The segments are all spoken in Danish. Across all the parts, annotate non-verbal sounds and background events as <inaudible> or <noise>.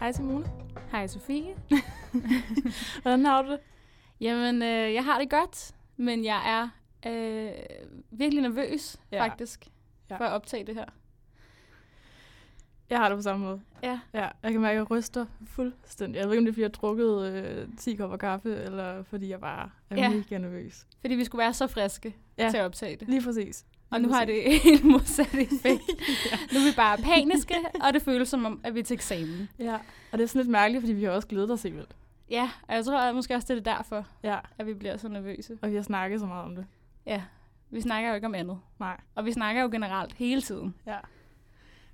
Hej Simone. <laughs> Hej Sofie. Hvordan har du det? Jamen, øh, jeg har det godt, men jeg er øh, virkelig nervøs, Ja. ja. faktisk, Ja. ja. for at optage det her. Jeg har det på samme måde. Ja. Ja, jeg kan mærke, at jeg ryster fuldstændig. Jeg ved ikke, om det er, fordi jeg har drukket øh, 10 kopper kaffe, eller fordi jeg bare er ja. Ja. mega nervøs. Fordi vi skulle være så friske Ja. ja. til at optage det. Lige præcis. Og Lige nu har præcis. det <laughs> en modsat effekt. Nu er vi bare paniske, og det føles som om, at vi er til eksamen. Ja, og det er sådan lidt mærkeligt, fordi vi har også glædet os helt vildt. Ja, og jeg tror at måske også, det er derfor, Ja, at vi bliver så nervøse. og vi har snakket så meget om det. Ja, vi snakker jo ikke om andet. Nej. Og vi snakker jo generelt hele tiden. Ja.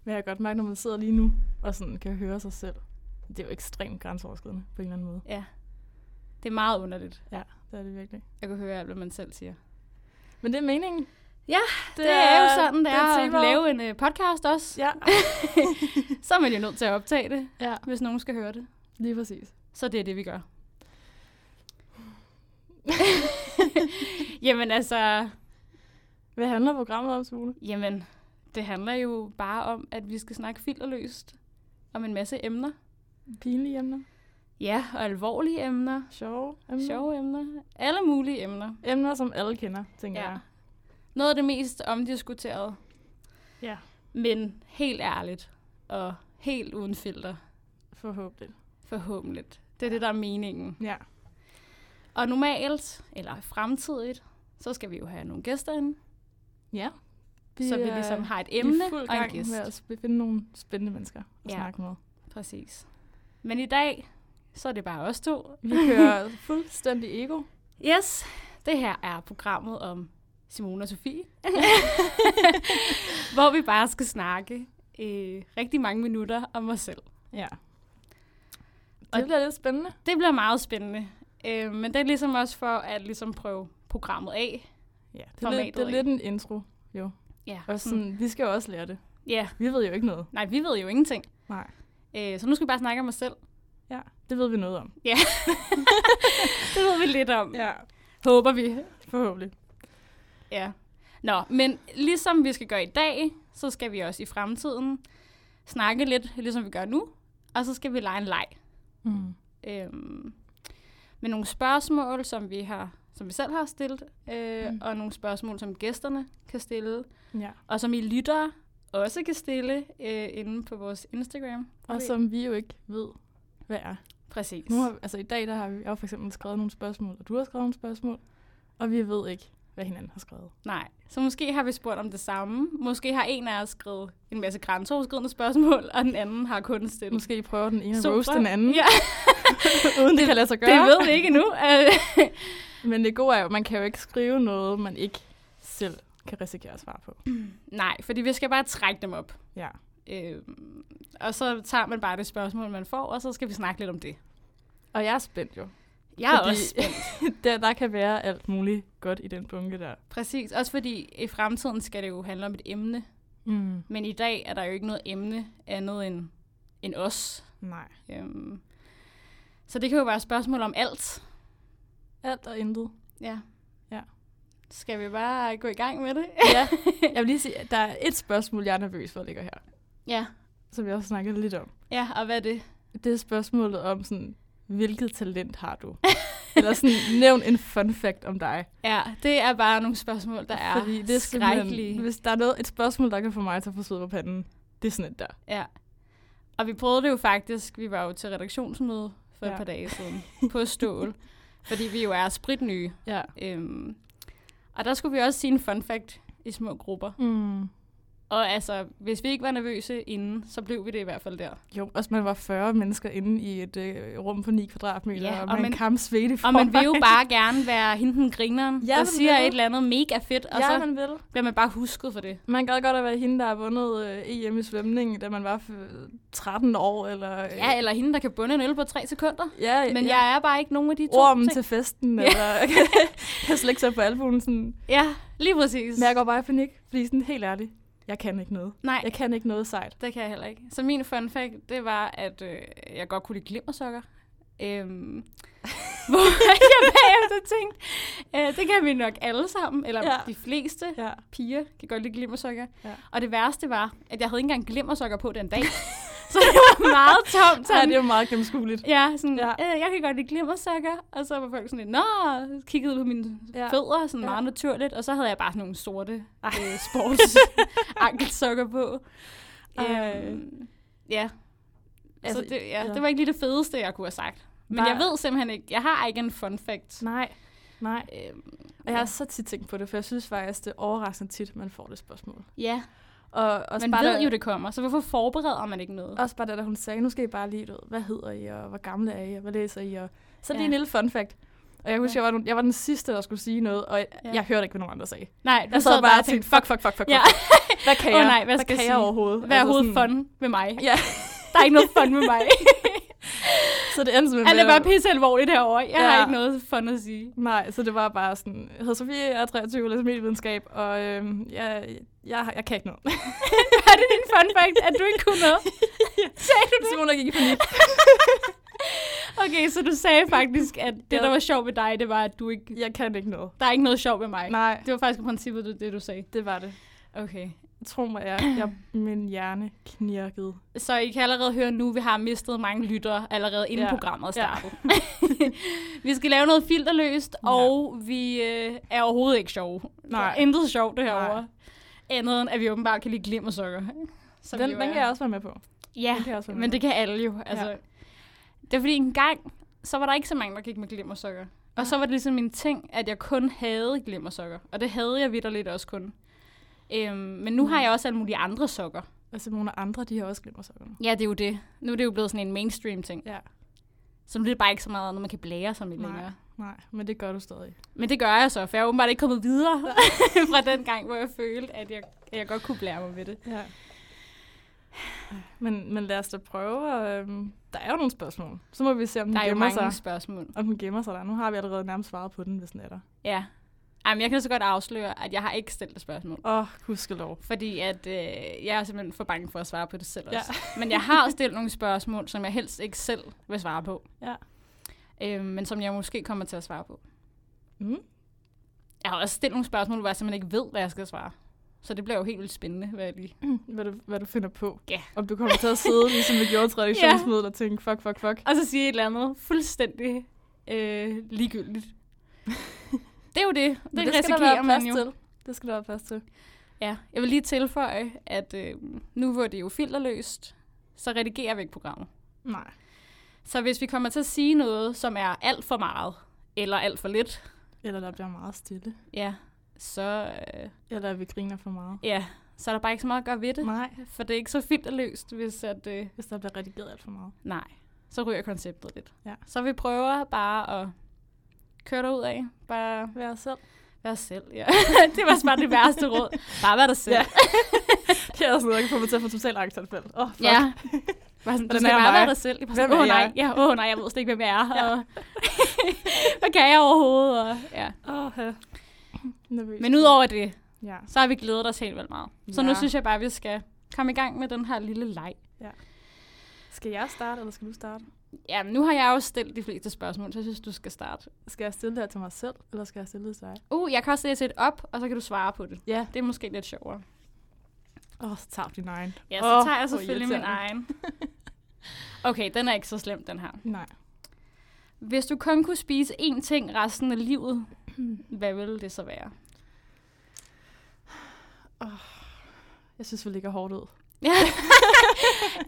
Men jeg kan godt mærke, når man sidder lige nu og sådan kan høre sig selv. Det er jo ekstremt grænseoverskridende på en eller anden måde. Ja. Det er meget underligt Ja, det er det virkelig. at kunne høre alt, hvad man selv siger. Men det er meningen. Ja, Det, det er, jo sådan, det, det er, at temaet. lave en øh, podcast også. Ja. Ja. Så er man jo nødt til at optage det, ja, hvis nogen skal høre det. lige præcis. Så det er det, vi gør. <laughs> jamen altså, Hvad handler programmet om, Sule? jamen, det handler jo bare om, at vi skal snakke filterløst om en masse emner. Pinlige emner. Ja, og alvorlige emner, Sjove emner. sjove emner, alle mulige emner. Emner, som alle kender, tænker Ja. jeg. Noget af det mest omdiskuterede, Ja. men helt ærligt og helt uden filter, Forhåbentlig. forhåbentlig. Det er det, der er meningen. Ja. Og normalt, eller fremtidigt, så skal vi jo have nogle gæster ind, Ja. så vi øh, er ligesom har et i emne fuld og en gang gæst. med at sp- finde nogle spændende mennesker at ja. Ja. snakke med. Præcis. Men i dag, så er det bare os to. Vi kører fuldstændig ego. Yes, det her er programmet om Simone og <laughs> Sofie, hvor vi bare skal snakke øh, rigtig mange minutter om os selv. Ja. Og- Det bliver lidt spændende. Det bliver meget spændende, øh, men det er ligesom også for at ligesom prøve programmet af. Ja, det er, lidt, Formatet, det er ikke? lidt en intro, jo. Ja, Og sådan, vi skal jo også lære det. ja. Vi ved jo ikke noget. nej, vi ved jo ingenting, Nej. øh, så nu skal vi bare snakke om os selv. Ja, det ved vi noget om. Det ved vi lidt om, Ja. håber vi. Forhåbentlig. Ja. Nå, men ligesom vi skal gøre i dag, så skal vi også i fremtiden snakke lidt, ligesom vi gør nu, og så skal vi lege en leg. Mm. Øhm, med nogle spørgsmål, som vi har som vi selv har stillet, øh, Mm. mm. og nogle spørgsmål, som gæsterne kan stille, Ja. og som I lyttere også kan stille øh, inde på vores Instagram. Og som vi jo ikke ved, hvad er. Præcis. Nu har, altså i dag, der har vi, jeg har for eksempel skrevet nogle spørgsmål, og du har skrevet nogle spørgsmål, og vi ved ikke, hvad hinanden har skrevet. Nej. Så måske har vi spurgt om det samme. Måske har en af os skrevet en masse grænseoverskridende spørgsmål, og den anden har kun stillet Måske prøver den ene at Super. roast den anden, Ja, <laughs> uden det kan lade sig gøre. det ved vi ikke <laughs> endnu. Øh, Men det gode er jo, at man kan jo ikke skrive noget, man ikke selv kan risikere at svare på. Nej, fordi vi skal bare trække dem op. Ja. Øh, og så tager man bare det spørgsmål, man får, og så skal vi snakke lidt om det. Og jeg er spændt jo. Jeg er Fordi- fordi... også spændt. <laughs> Der, der kan være alt muligt godt i den bunke der. Præcis, også fordi i fremtiden skal det jo handle om et emne. Mm. Men i dag er der jo ikke noget emne andet end, end os. Nej. Øhm, så det kan jo være et spørgsmål om alt. Alt og intet. Ja. Ja. Skal vi bare gå i gang med det? Ja, jeg vil lige sige, at der er et spørgsmål, jeg er nervøs for, ligger her, ja. som jeg også snakkede lidt om. <laughs> Ja, og hvad er det? Det er spørgsmålet om sådan, hvilket talent har du? <laughs> Eller sådan, nævn en fun fact om dig. Ja, det er bare nogle spørgsmål, der er Fordi det er simpelthen- skrækkelige. Hvis der er noget, et spørgsmål, der kan få mig til at få sved på panden, det er sådan et der. Ja. Og vi prøvede det jo faktisk. Vi var jo til redaktionsmøde for ja. Ja. et par dage siden på <laughs> Stål. fordi vi jo er spritnye. Ja. Øhm, og der skulle vi også sige en fun fact i små grupper. Mm. Og altså, hvis vi ikke var nervøse inden, så blev vi det i hvert fald der. Jo, også man var 40 mennesker inde i et øh, rum på 9 kvadratmeter, Ja, og, og man, man man- kam svedt i Og man vil jo forvejen. bare gerne være hende den grineren, Ja, ja, der man siger vil. et eller andet mega fedt, og ja, <laughs> Ja, så man vil. bliver man bare husket for det. Man gad godt at være hende, der har vundet øh, EM i svømning, da man var øh, 13 år. Eller, øh, Ja, eller hende, der kan bunde en øl på tre sekunder. ja, Men ja. jeg er bare ikke nogen af de to ormen ting. til festen, ja. Ja. eller <laughs> kan slække sig på albuen. Sådan. <laughs> Ja, lige præcis. Men jeg går bare i panik, fordi sådan helt ærligt, jeg kan ikke noget. Nej. Jeg kan ikke noget sejt. Det kan jeg heller ikke. Så min fun fact, det var, at øh, jeg godt kunne lide glimmersokker. <laughs> Øhm, hvor jeg bagefter tænkte, øh, det kan vi nok alle sammen, eller Ja. ja. de fleste <laughs> Ja. piger kan godt lide glimmersokker. Ja. <laughs> Ja. Og det værste var, at jeg havde ikke engang glimmersokker på den dag. Så det var meget tomt. Så er Sådan, det jo meget gennemskueligt. Ja, sådan, Ja. ja. Øh, jeg kan godt lide glimmersokker. Og så var folk sådan lidt, nå, kiggede på mine Ja. ja. fødder, sådan Ja. ja. meget naturligt. Og så havde jeg bare sådan nogle sorte øh, <laughs> sportsankelsokker på. Ej. Øhm, ja. Altså, Så- det, ja, ja. ja. det var ikke lige det fedeste, jeg kunne have sagt. Men Nej. jeg ved simpelthen ikke, jeg har ikke en fun fact. Nej, nej. Øhm, Og jeg har så tit tænkt på det, for jeg synes faktisk, det er overraskende tit, man får det spørgsmål. ja, Og, også man bare ved da, jo, det kommer, så hvorfor forbereder man ikke noget? Også bare da, da hun sagde, nu skal I bare lige, du ved, hvad hedder I, og hvor gamle er I, og hvad læser I, og så lige Ja. en lille fun fact. Og jeg husker, Ja. jeg, var, den- jeg var den sidste, der skulle sige noget, og jeg, Ja. jeg hørte ikke, hvad nogen andre sagde. Nej, du Jeg sad bare og tænkte, fuck, fuck, fuck, fuck, Ja. fuck. Hvad kan Åh jeg? nej, hvad skal hvad kan jeg jeg sige? <laughs> overhovedet? Hvad er Altså hovedet sådan- fun med mig? <laughs> Ja, Der er ikke noget fun med <laughs> mig. så det endte simpelthen Alt er med bare at- pisse alvorligt herovre. Jeg Ja. har ikke noget fun at sige. <laughs> Nej, så det var bare sådan, jeg hedder Sofie, jeg er 23, læser medievidenskab, og øhm, jeg, jeg, jeg kan ikke noget. <laughs> Var det din fun fact, at du ikke kunne noget? Sagde du det? Simone gik i panik. <laughs> Okay, så du sagde faktisk, at det, Ja. der var sjovt ved dig, det var, at du ikke... Jeg kan ikke noget. Der er ikke noget sjovt ved mig. Nej, Det var faktisk i princippet det, det, du sagde. det var det. Okay. Tro mig, jeg, jeg, min hjerne knirkede. Så I kan allerede høre nu, vi har mistet mange lyttere allerede inden Ja. ja. programmet er Ja. startet. vi skal lave noget filterløst, ja. og vi øh, er overhovedet ikke sjove. Der Nej. er intet sjovt det Nej. herovre. Andet end, at vi åbenbart kan lide glimmersukker. Den, den kan jeg også være med på. Ja, Den kan jeg også være med men på. det kan alle jo. Altså, Ja. ja. Det er fordi en gang, så var der ikke så mange, der gik med glimmersukker. Og så var det ligesom min ting, at jeg kun havde glimmersukker. Og det havde jeg vidderligt også kun. Øhm, men nu mm. har jeg også alle mulige andre sokker. Og Simone og andre, de har også glimmersokkerne. Ja, det er jo det. Nu er det jo blevet sådan en mainstream ting. Ja, Så nu er det bare ikke så meget, når man kan blære sig med Nej. længere. nej, men det gør du stadig. Men det gør jeg så, for jeg er åbenbart ikke kommet <laughs> videre fra den gang, hvor jeg følte, at jeg, at jeg godt kunne blære mig med det. Ja. Men, men lad os da prøve. og, Øhm, der er jo nogle spørgsmål. Så må vi se, om den Der er jo gemmer mange sig. spørgsmål. Om den gemmer sig der. Nu har vi allerede nærmest svaret på den, hvis den er der. Ja. Ej, men jeg kan så godt afsløre, at jeg har ikke stillet et spørgsmål. Åh, oh, gudskelov. Fordi at, øh, jeg er simpelthen for bange for at svare på det selv Ja. også. Men jeg har stillet nogle spørgsmål, som jeg helst ikke selv vil svare på. Ja. Øh, men som jeg måske kommer til at svare på. Mm. Jeg har også stillet nogle spørgsmål, hvor jeg simpelthen ikke ved, hvad jeg skal svare. Så det bliver jo helt vildt spændende, hvad jeg lige... <clears throat> Hvad, du, hvad du finder på. Ja. Om du kommer til at <laughs> sidde, ligesom vi gjorde til redaktionsmødet, og tænke, fuck, fuck, fuck. Og så sige et eller andet fuldstændig øh, <laughs> ligegyldigt. det er jo det. Det, Men det skal der være risikerer man plads jo. Til. Det skal der være plads til. Ja, jeg vil lige tilføje, at øh, nu hvor det er jo filterløst, så redigerer vi ikke programmet. Nej. Så hvis vi kommer til at sige noget, som er alt for meget, eller alt for lidt, Eller der bliver meget stille. ja, så, øh, Eller at vi griner for meget. ja, så er der bare ikke så meget at gøre ved det. Nej, For det er ikke så filterløst, hvis at, øh, hvis der bliver redigeret alt for meget. nej, så ryger konceptet lidt. Ja. Så vi prøver bare at køre derud af. Bare Vær os selv. være os selv, ja. <laughs> det var også bare det værste råd. Bare være dig selv. Ja. Det er også noget, der kan få mig til at få totalt angstanfald. Åh, oh, fuck. ja. Bare sådan, du Hvordan skal er bare jeg? være dig selv. Bare sådan, Hvem er åh nej, jeg?" ja, åh nej, jeg ved slet ikke, hvem jeg er. Ja. Ja. Og, <laughs> hvad kan jeg overhovedet? Og, ja. Åh, ja. Nervøs. Men udover det, Ja. så har vi glædet os helt vildt meget. Så Ja. nu synes jeg bare, at vi skal komme i gang med den her lille leg. Skal jeg starte, eller skal du starte? Ja, nu har jeg jo stillet de fleste spørgsmål, så jeg synes, du skal starte. Skal jeg stille det her til mig selv, eller skal jeg stille det til dig? Uh, jeg kan også læse et op, og så kan du svare på det. Ja. Det er måske lidt sjovere. Åh, oh, så tager du din egen. Ja, så Åh, oh, tager hvor jeg selvfølgelig min <laughs> irriterende. egen. Okay, den er ikke så slem, den her. Nej. Hvis du kun kunne spise én ting resten af livet, <clears throat> hvad ville det så <laughs> være? Jeg synes, vi ligger hårdt ud. Ja.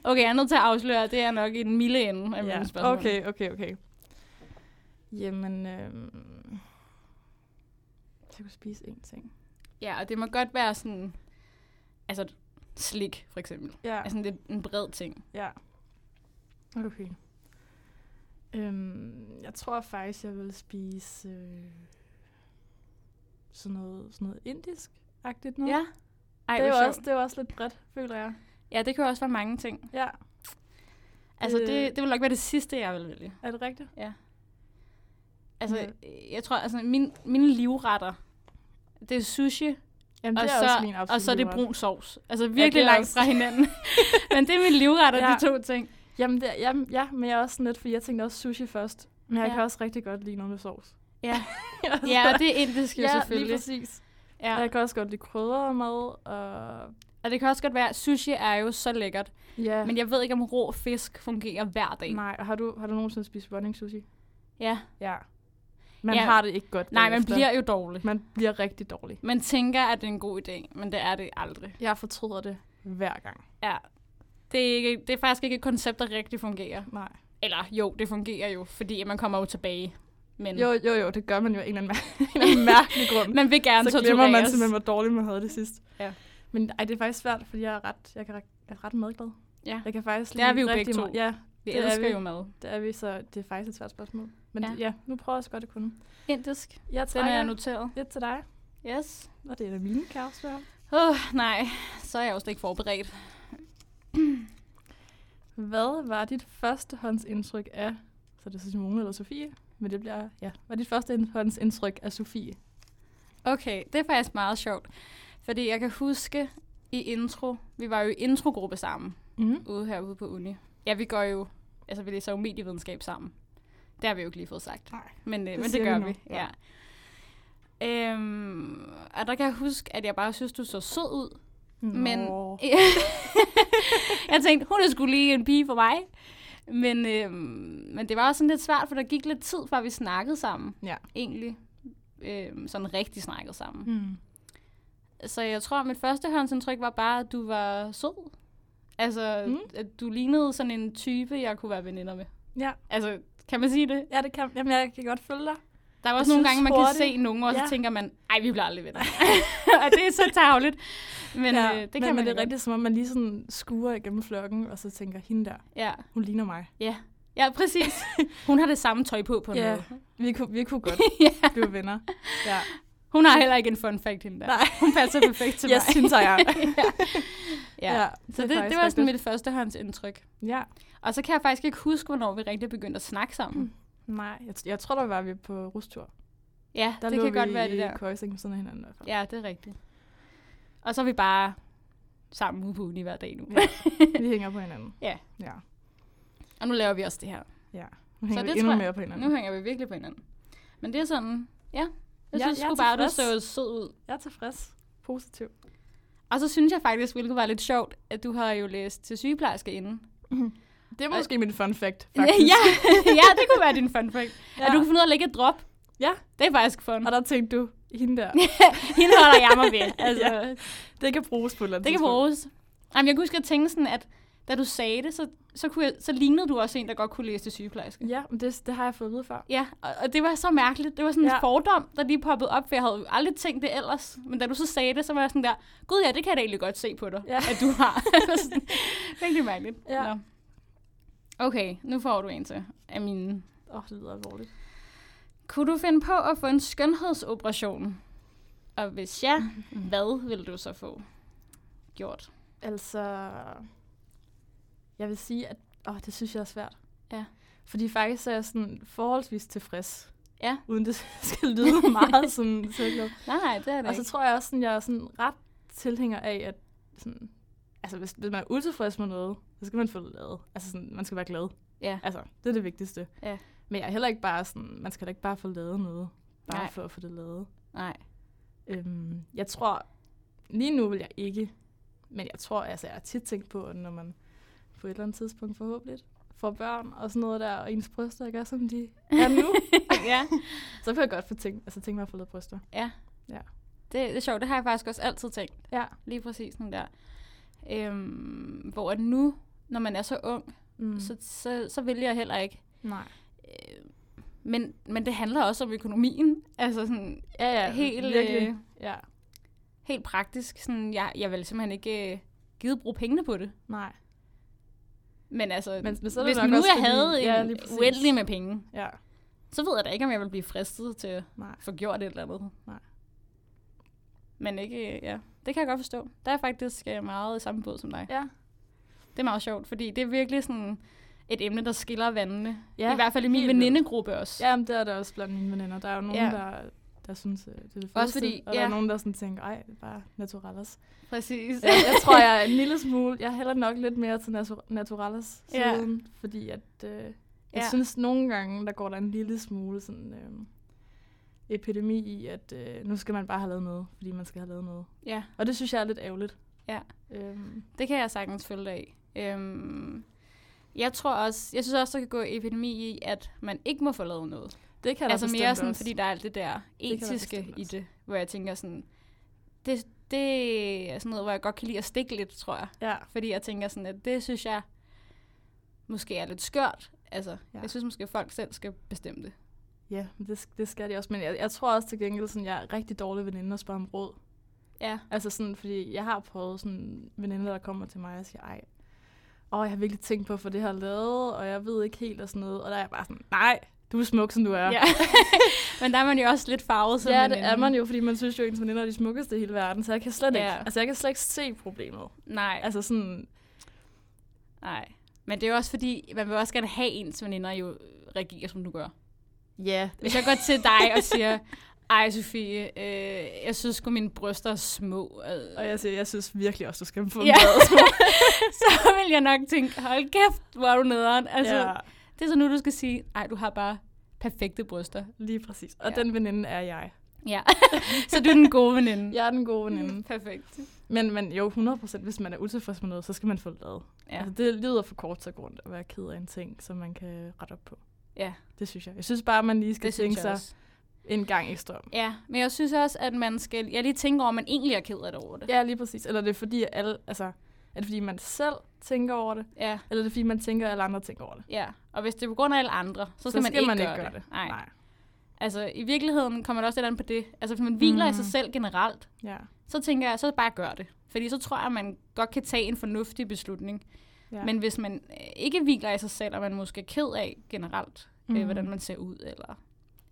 okay, jeg er nødt til at afsløre, at det er nok i den milde ende af mine spørgsmål. Okay, okay, okay. Jamen, øhm... Jeg kunne spise én ting. Ja, og det må godt være sådan... Altså, slik, for eksempel. Ja, Altså, det er en bred ting. ja. Okay. Øhm, jeg tror faktisk, jeg vil spise øh, sådan, noget, sådan noget indisk-agtigt noget. Ja. Ej, det, er hvor jo også, sjovt. det er jo også lidt bredt, føler jeg. Ja, det kan jo også være mange ting. Ja, Altså, Øh. det, det ville nok være det sidste, jeg ville vælge. er det rigtigt? Altså, jeg tror, altså, min, mine livretter, det er sushi, Jamen, og, det er så, også min absolut og så er det livret. brun sovs. Altså, det virkelig er ja, langt også- fra <laughs> hinanden. Men det er mine livretter, Ja. ja. de to ting. Jamen, det er, jamen, ja, men jeg er også sådan lidt, fordi jeg tænkte også sushi først. Men jeg ja. Ja. kan også rigtig godt lide noget med sovs. <laughs> Ja. Altså, <laughs> Ja, og det er indisk jo ja, lige selvfølgelig. præcis. Ja. Ja. Jeg kan også godt lide krydder og mad, og Og det kan også godt være, at sushi er jo så lækkert. Ja. Men jeg ved ikke, om rå fisk fungerer hver dag. Nej, og har du, har du nogensinde spist running sushi? Ja. Ja. Man Ja. ja. har det ikke godt. Nej, man bagefter. bliver jo dårlig. Man bliver rigtig dårlig. Man tænker, at det er en god idé, men det er det aldrig. Jeg fortryder det hver gang. Ja. Det er, ikke, det er faktisk ikke et koncept, der rigtig fungerer. Nej. Eller jo, det fungerer jo, fordi man kommer jo tilbage. Men Jo, jo, jo, det gør man jo af en eller anden, mær- <laughs> en eller <laughs> anden mærkelig grund. man vil gerne så glemmer man tortureres. simpelthen, hvor dårligt man havde det sidst. Ja. Men ej, det er faktisk svært, fordi jeg er ret, jeg kan, ret- jeg er ret medglad. Ja. Jeg kan faktisk Det er lide vi jo rigtig begge to. meget- Ja, Vi Det er elsker vi. jo mad. det er vi, så det er faktisk et svært spørgsmål. Men Ja. ja, ja nu prøver jeg så godt at kunne. Indisk. Jeg Den er trækker jeg nu. noteret. lidt til dig, Yes. og det er da mine kærester. Åh, oh, nej. Så er jeg jo slet ikke forberedt. Hvad var dit førstehåndsindtryk af, så det er så Simone eller Sofie, men det bliver, ja, var dit førstehåndsindtryk af Sofie? Okay, det er faktisk meget sjovt. Fordi jeg kan huske i intro, vi var jo i introgruppe sammen Mm. ude herude på uni. Ja, vi går jo, altså vi læser jo medievidenskab sammen. Det har vi jo ikke lige fået sagt. Nej, Men, øh, det men det siger gør vi nu. vi, ja. Øhm, og der kan jeg huske, at jeg bare synes, du så sød ud. Men <laughs> jeg tænkte, hun er skulle lige en pige for mig. Men, øhm, men det var også sådan lidt svært, for der gik lidt tid, før vi snakkede sammen. Ja. Egentlig. Øhm, sådan rigtig snakkede sammen. Mm. Så jeg tror, at mit førstehåndsindtryk var bare, at du var sød. Altså, mm. Mm. at du lignede sådan en type, jeg kunne være veninder med. Ja, Altså, kan man sige det? ja, det kan, jamen, jeg kan godt følge dig. Der er Jeg også nogle synes gange, man kan hurtigt- se nogen, og så Ja. tænker man, ej, vi bliver <laughs> aldrig venner. og det er så tavligt. Men ja, øh, det kan men, man men det jo er rigtigt, som om man lige sådan skuer igennem flokken, og så tænker, hende der, godt. Ja. hun ligner mig. ja. Ja, præcis. <laughs> Hun har det samme tøj på på en Ja. måde. Vi kunne, vi kunne <laughs> godt ja. blive venner. Ja. Hun har heller ikke en fun fact hende der. Nej. Hun passer perfekt til Yes, mig. synes <laughs> <laughs> jeg. ja. ja. ja. Så det, er det, faktisk var sådan rigtigt. mit førstehåndsindtryk. Ja. Og så kan jeg faktisk ikke huske, hvornår vi rigtig begyndte at snakke sammen. Nej, jeg, jeg tror, der var vi på rustur. Ja, Der det lå kan vi godt være det i der. køjsing ved siden af hinanden i hvert fald. Ja, det er rigtigt. Og så er vi bare sammen ude på uni hver dag nu. Ja. Vi hænger på hinanden. Ja. Ja. Og nu laver vi også det her. ja. Nu hænger Så så det vi endnu tror jeg- mere på hinanden. Nu hænger vi virkelig på hinanden. Men det er sådan, ja. Jeg Ja, synes jeg er sgu bare, du så tilfreds. sød ud. Jeg er tilfreds. Positiv. Og så synes jeg faktisk, hvilket var lidt sjovt, at du har jo læst til sygeplejerske inden. Det er Og- måske min fun <laughs> <laughs> fact, ja, faktisk. <laughs> ja, det kunne være din fun fact. Ja. Ja. At du kunne finde ud af at lægge et drop. Ja. Det er faktisk fun. Og der tænkte du, hende der, <laughs> Hende holder jeg mig ved. Altså, Ja. <laughs> ja. det kan bruges på et eller andet Det kan tidspunkt. bruges. Jamen, jeg kunne huske at tænke sådan, at da du sagde det, så, så, kunne jeg, så lignede du også en, der godt kunne læse til sygeplejerske. Ja, men det, det har jeg fået at vide før. Ja, og, og det var så mærkeligt. Det var sådan ja. en Ja. fordom, der lige poppede op, for jeg havde jo aldrig tænkt det ellers. Men da du så sagde det, så var jeg sådan der, gud ja, det kan jeg da egentlig godt se på dig, ja. Ja. at du har. <laughs> Det var sådan, Virkelig mærkeligt. Ja. Nå. Okay, nu får du en til af mine. Åh, oh, det lyder alvorligt. Kunne du finde på at få en skønhedsoperation? Og hvis ja, hvad vil du så få gjort? Altså, jeg vil sige, at åh, det synes jeg er svært. Ja. Fordi faktisk er jeg sådan forholdsvis tilfreds. Ja. Uden det <laughs> skal lyde <laughs> meget sådan cirklet. Nej, nej, det er det Og så ikke. tror jeg også, sådan, jeg er sådan ret tilhænger af, at sådan, altså, hvis, hvis man er utilfreds med noget, så skal man få det lavet. Altså, sådan, man skal være glad. Ja. Altså, det er det vigtigste. Ja. Men jeg er heller ikke bare sådan, man skal da ikke bare få lavet noget, bare Nej. for at få det lavet. Nej. Øhm, jeg tror, lige nu vil jeg ikke, men jeg tror, altså jeg har tit tænkt på, at når man på et eller andet tidspunkt forhåbentlig får børn og sådan noget der, og ens bryster ikke er, som de er nu, <laughs> ja, så kan jeg godt få tænkt, altså tænke mig at få lavet bryster. det, det er sjovt. Det har jeg faktisk også altid tænkt. Ja. Lige præcis sådan der. Øhm, hvor at nu, når man er så ung, mm. Mm. så, så, så vil jeg heller ikke. nej. Øh, men, men det handler også om økonomien. Altså sådan Ja, ja, helt, virkelig. øh, Ja, helt praktisk. Sådan, jeg, jeg vil simpelthen ikke øh, gide bruge pengene på det. nej. Men altså, Men- men så er det hvis nok nu også jeg fordi- havde en ja, ja, lige præcis. uendelig med penge, Ja, så ved jeg da ikke, om jeg vil blive fristet til at nej. få gjort et eller andet. Nej. Men ikke, øh, ja. Det kan jeg godt forstå. Der er jeg faktisk øh, meget i samme båd som dig. Ja. Det er meget sjovt, fordi det er virkelig sådan et emne, der skiller vandene. Ja, Ja, I hvert fald i min helt vildt. venindegruppe også. Ja, men det er der også blandt mine veninder. Der er jo nogen, Ja. ja. der, der synes, øh, det er det fedeste, Også fordi- og der ja. er nogen, der sådan tænker, ej, det er bare <laughs> naturales. Præcis. Ja, jeg tror, jeg er en lille smule, jeg hælder nok lidt mere til natu- naturales Ja. siden, ja. fordi at, øh, jeg Ja. ja. synes nogle gange, der går der en lille smule sådan, øh, epidemi i, at øh, nu skal man bare have lavet noget, fordi man skal have lavet noget. <laughs> ja. Og det synes jeg er lidt ærgerligt. Ja. Øhm, Det kan jeg sagtens følge dig af. Øhm, jeg tror også, jeg synes også, der kan gå epidemi i, at man ikke må få lavet noget. det kan der altså mere bestemt sådan, også. fordi der er alt det der kan der etiske bestemt i også. det, hvor jeg tænker sådan, det, det er sådan noget, hvor jeg godt kan lide at stikke lidt, tror jeg. Ja, Fordi jeg tænker sådan, at det synes jeg måske er lidt skørt. Altså, ja. Ja. jeg synes måske, at folk selv skal bestemme det. ja men det, det skal de også. Men jeg, jeg tror også til gengæld, sådan, jeg er rigtig dårlig veninde at spørge om råd. Ja. Altså sådan, fordi jeg har prøvet sådan veninder, der kommer til mig og siger, ej, åh, jeg har virkelig tænkt på at få det her lavet, og jeg ved ikke helt og sådan noget. Og der er jeg bare sådan, nej, du er smuk, som du er. ja. <laughs> Men der er man jo også lidt farvet som ja det veninde. er man jo, fordi man synes jo, at ens veninder er de smukkeste i hele verden, så jeg kan slet, Ja. ikke, altså, jeg kan slet ikke se problemet. Nej, altså, Altså sådan, nej. Men det er jo også fordi, man vil også gerne have ens veninder jo reagerer, som du gør. ja, Hvis <laughs> jeg går til dig og siger, ej Sofie, øh, jeg synes sgu mine bryster er små. Øh, og jeg, siger, jeg synes virkelig også, du skal <laughs> få Ja. ja. <laughs> mad. <laughs> så vil jeg nok tænke, hold kæft, hvor er du nederen. Altså, ja, ja. Det er så nu, du skal sige, ej du har bare perfekte bryster. lige præcis. Og Ja. ja. den veninde er jeg. Ja, <laughs> så du er den gode veninde. Mm. Jeg er den gode veninde. Perfekt. Men, men jo, 100%, hvis man er utilfreds med noget, så skal man få det lavet. Ja. Ja. Altså, det lyder for kort til at gå rundt og være ked af en ting, som man kan rette op på. Ja. Det synes jeg. Jeg synes bare, at man lige skal Det tænke synes jeg sig også. en gang ekstra om. Ja, men jeg synes også, at man skal... Jeg lige tænker over, at man egentlig er ked af det over det. Ja, lige præcis. Eller er det er fordi, at alle, altså, er det fordi, man selv tænker over det? Ja, Eller er det fordi, man tænker, at alle andre tænker over det? ja. Og hvis det er på grund af alle andre, så skal, man, ikke gøre det. Nej. Nej. Nej. Altså, i virkeligheden kommer det også lidt an på det. Altså, hvis man hviler mm. i sig Mm. selv generelt, Ja. så tænker jeg, så bare gør det. Fordi så tror jeg, at man godt kan tage en fornuftig beslutning. ja. Ja. Men hvis man øh, ikke hviler i sig selv, og man måske er ked af generelt, mm. øh, Mhm. hvordan man ser ud, eller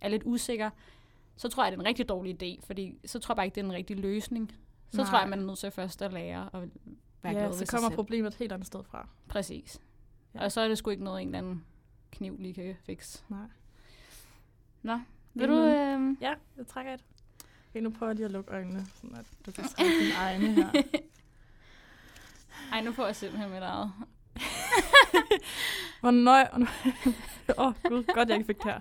er lidt usikker, så tror jeg, det er en rigtig dårlig idé. Fordi så tror jeg bare ikke, det er en rigtig løsning. Så Nej. Nej. tror jeg, man er nødt til først at lære og være glad ja, ved så sig kommer selv. problemet et helt andet sted fra. Præcis. Ja. Ja. Og så er det sgu ikke noget, en eller anden kniv lige kan fikse. Nej. Nå, vil du... Endnu. Øh... Ja, jeg trækker et. Okay, nu prøver jeg lige at lukke øjnene, sådan at du <laughs> kan trække dine egne her. Ej, nu får jeg simpelthen mit eget. Hvornår... <laughs> Åh, oh, gud, godt jeg ikke fik det her.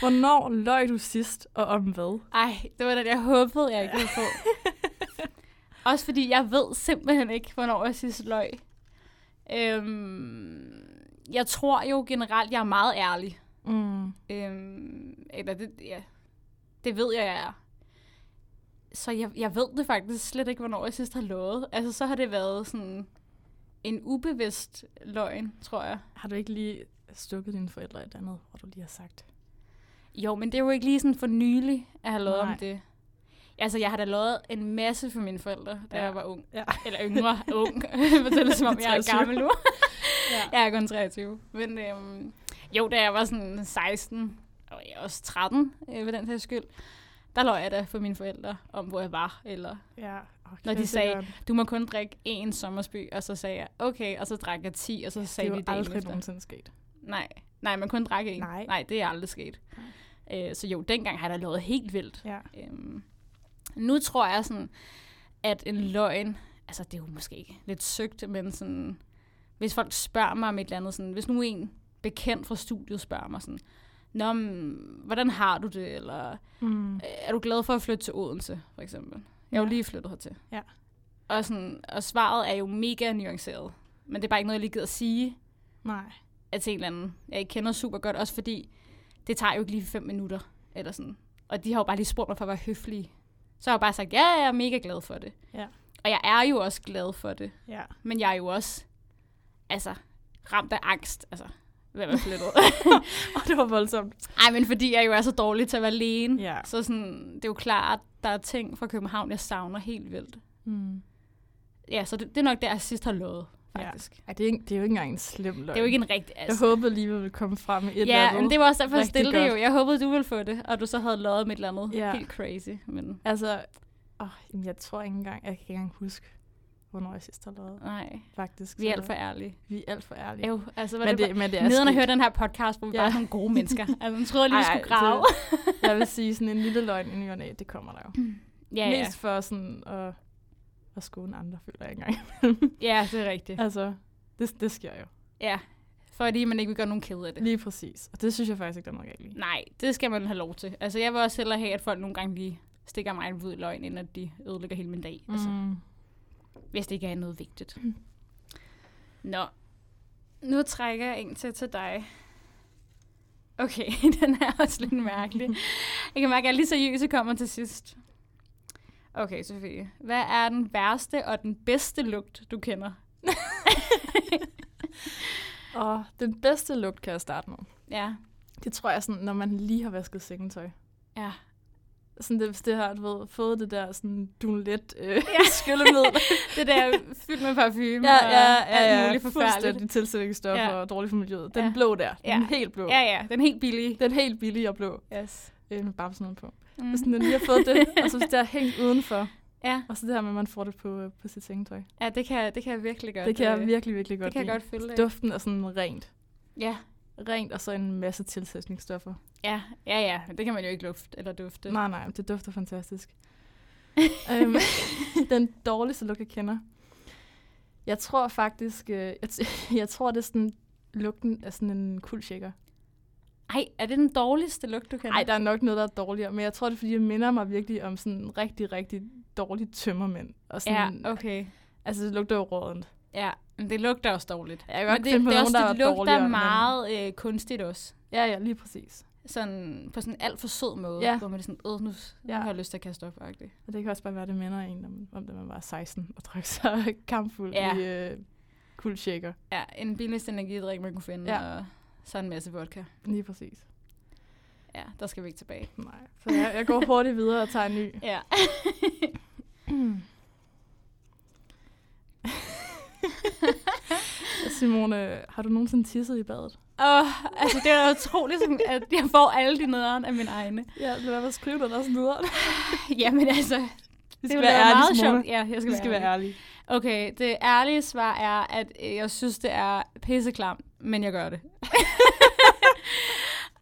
Hvornår løg du sidst, og om hvad? Ej, det var det, jeg håbede, jeg ikke ville <laughs> få. Også fordi jeg ved simpelthen ikke, hvornår jeg sidst løg. Øhm, jeg tror jo generelt, jeg er meget ærlig. Mm. Øhm, eller det, ja. det ved jeg, jeg er. Så jeg, jeg ved det faktisk slet ikke, hvornår jeg sidst har lovet. Altså, så har det været sådan en ubevidst løgn, tror jeg. Har du ikke lige stukket dine forældre et andet, hvor du lige har sagt? Jo, men det er jo ikke lige sådan for nylig at have lovet om Nej. det. Altså, jeg har da lovet en masse for mine forældre, da ja. Ja. jeg var ung. Ja. Eller yngre. <laughs> ung. Fortæl det, som om jeg er 23. gammel nu. Ja. Jeg er kun 23. Men øhm, jo, da jeg var sådan 16, og jeg er også 13 øh, ved den her skyld, der løj jeg da for mine forældre om, hvor jeg var. Eller, ja. Oh, når de sagde, du må kun drikke én sommersby, og så sagde jeg, okay, og så drak jeg 10, og så det sagde er vi jo det aldrig nogensinde sket. Nej, nej, man kun drak én. Nej. nej det er aldrig sket. Øh, så jo, dengang har der lovet helt vildt. Ja. Øhm, nu tror jeg sådan, at en løgn, altså det er jo måske ikke lidt søgt, men sådan, hvis folk spørger mig om et eller andet, sådan, hvis nu en bekendt fra studiet spørger mig sådan, Nå, men, hvordan har du det, eller Mm. er du glad for at flytte til Odense, for eksempel? Jeg er jo Ja. lige flyttet hertil. Ja. Og, sådan, og svaret er jo mega nuanceret, men det er bare ikke noget, jeg lige gider at sige Nej. at til en eller anden, jeg ikke kender super godt, også fordi det tager jo ikke lige fem minutter, eller sådan. Og de har jo bare lige spurgt mig for at være høflige. Så har jeg bare sagt, ja, jeg er mega glad for det. Ja. Og jeg er jo også glad for det, Ja. <laughs> men jeg er jo også, altså, ramt af angst, altså, ved at være <laughs> flyttet. Og det var voldsomt. Ej, men fordi jeg jo er så dårlig til at være alene, Ja. så sådan, det er jo klart, at der er ting fra København, jeg savner helt vildt. Mm. Ja, så det, det er nok der, jeg sidst har lovet, faktisk. Ja. Ej, det, er ikke, det er jo ikke engang en slem løgn. Det er jo ikke en rigtig... Jeg håbede lige, vi ville komme frem i et eller Ja, andet. men det var også derfor, jeg Rigtig stillede det godt. jo. Jeg håbede, du ville få det, og du så havde lavet med et eller andet ja. Ja. helt crazy. Men Altså, åh, jamen, jeg tror ikke engang, jeg kan ikke engang huske, hvornår jeg sidst har lavet, nej, faktisk. vi er Så alt for ærlige. vi er alt for ærlige. Jo, altså var men, det, det det, men det er bare, nederen at sket. høre den her podcast, hvor vi ja. Ja. bare er nogle gode <laughs> mennesker. Altså, man troede lige, vi Ej, skulle ej, grave. <laughs> Jeg vil sige, sådan en lille løgn i ny og næ, det kommer der jo. ja, ja. Mest for sådan at, at skåne andre, føler jeg engang. <laughs> ja, det er rigtigt. altså, det, det sker jo. Ja, fordi man ikke vil gøre nogen ked af det. Lige præcis. Og det synes jeg faktisk ikke, der er noget galt i. Nej, det skal man have lov til. Altså, jeg vil også hellere have, at folk nogle gange lige stikker mig en hvid løgn, end at de ødelægger hele min dag. Altså, Mm. Hvis det ikke er noget vigtigt. Mm. Nå, nu trækker jeg en til til dig. Okay, <laughs> den er også lidt mærkelig. Jeg kan mærke, at alle de seriøse kommer til sidst. Okay, Sofie. Hvad er den værste og den bedste lugt, du kender? Og den bedste lugt kan jeg starte med. Ja, Det tror jeg sådan, når man lige har vasket sengetøj. ja. Sådan det, hvis det har du ved, fået det der sådan <laughs> dulet øh, <laughs> ja. <laughs> skyllemiddel. Det der fyldt med parfume ja, og ja, alt ja, ja, muligt forfærdeligt. fuldstændig tilsætningsstoffer Ja. ja. og dårligt for miljøet. Den Ja. ja. blå der, den Ja. ja. helt blå. Ja, ja, den helt billige. Den helt billige og blå, Yes. øh, med bare sådan noget på. Mm. Hvis den lige har fået <laughs> det, og så hvis det er hængt udenfor, Ja, og så det her med, at man får det på, øh, på sit sengetøj. ja det, kan, det kan jeg virkelig godt. Det kan jeg øh, virkelig, virkelig godt Det kan jeg lide. godt følge. af. Duften er sådan rent. Ja, Rent, og så en masse tilsætningsstoffer. ja, ja, ja. men Det kan man jo ikke lufte eller dufte. Det. Nej, nej, det dufter <laughs> fantastisk. øhm, den dårligste lugt, jeg kender. Jeg tror faktisk, øh, jeg, t- <laughs> jeg tror, det er sådan lugten af sådan en kuldshaker. Ej, er det den dårligste lugt, du kender? Nej, der er nok noget, der er dårligere, men jeg tror, det er, fordi jeg minder mig virkelig om sådan en rigtig, rigtig dårlig tømmermænd. Og sådan, Ja, okay. Altså, det lugter jo rådent. Ja, men det lugter også dårligt. Jeg kan Men godt det, finde på det, er nogen, også, der er det lugter dårligere, men- meget øh, kunstigt også. Ja, ja, lige præcis. Sådan, på sådan en alt for sød måde, Ja. hvor man er sådan, øh, nu, nu Ja. har jeg lyst til at kaste op. agtigt. Og det kan også bare være, det minder en om, om da man var 16 og drak sig <laughs> kampfuld Ja. ja. i øh, kuldshaker. Ja, en billigste energidrik, man kunne finde, Ja. og så en masse vodka. Lige præcis. Ja, der skal vi ikke tilbage. Nej, så jeg, jeg går hurtigt videre og tager en ny. Ja. <laughs> <laughs> Simone, har du nogensinde tisset i badet? Og altså, det er utroligt, sådan, at jeg får alle de nederen af min <laughs> egne. Ja, lad være med at skrive det, der er sådan noget. Jamen altså, Vi det skal ville være være ærlige, meget Simone. sjovt. Ja, jeg skal, Vi skal være ærlige. Okay, det ærlige svar er, at øh, jeg synes, det er pisseklamt, men jeg <laughs> gør det.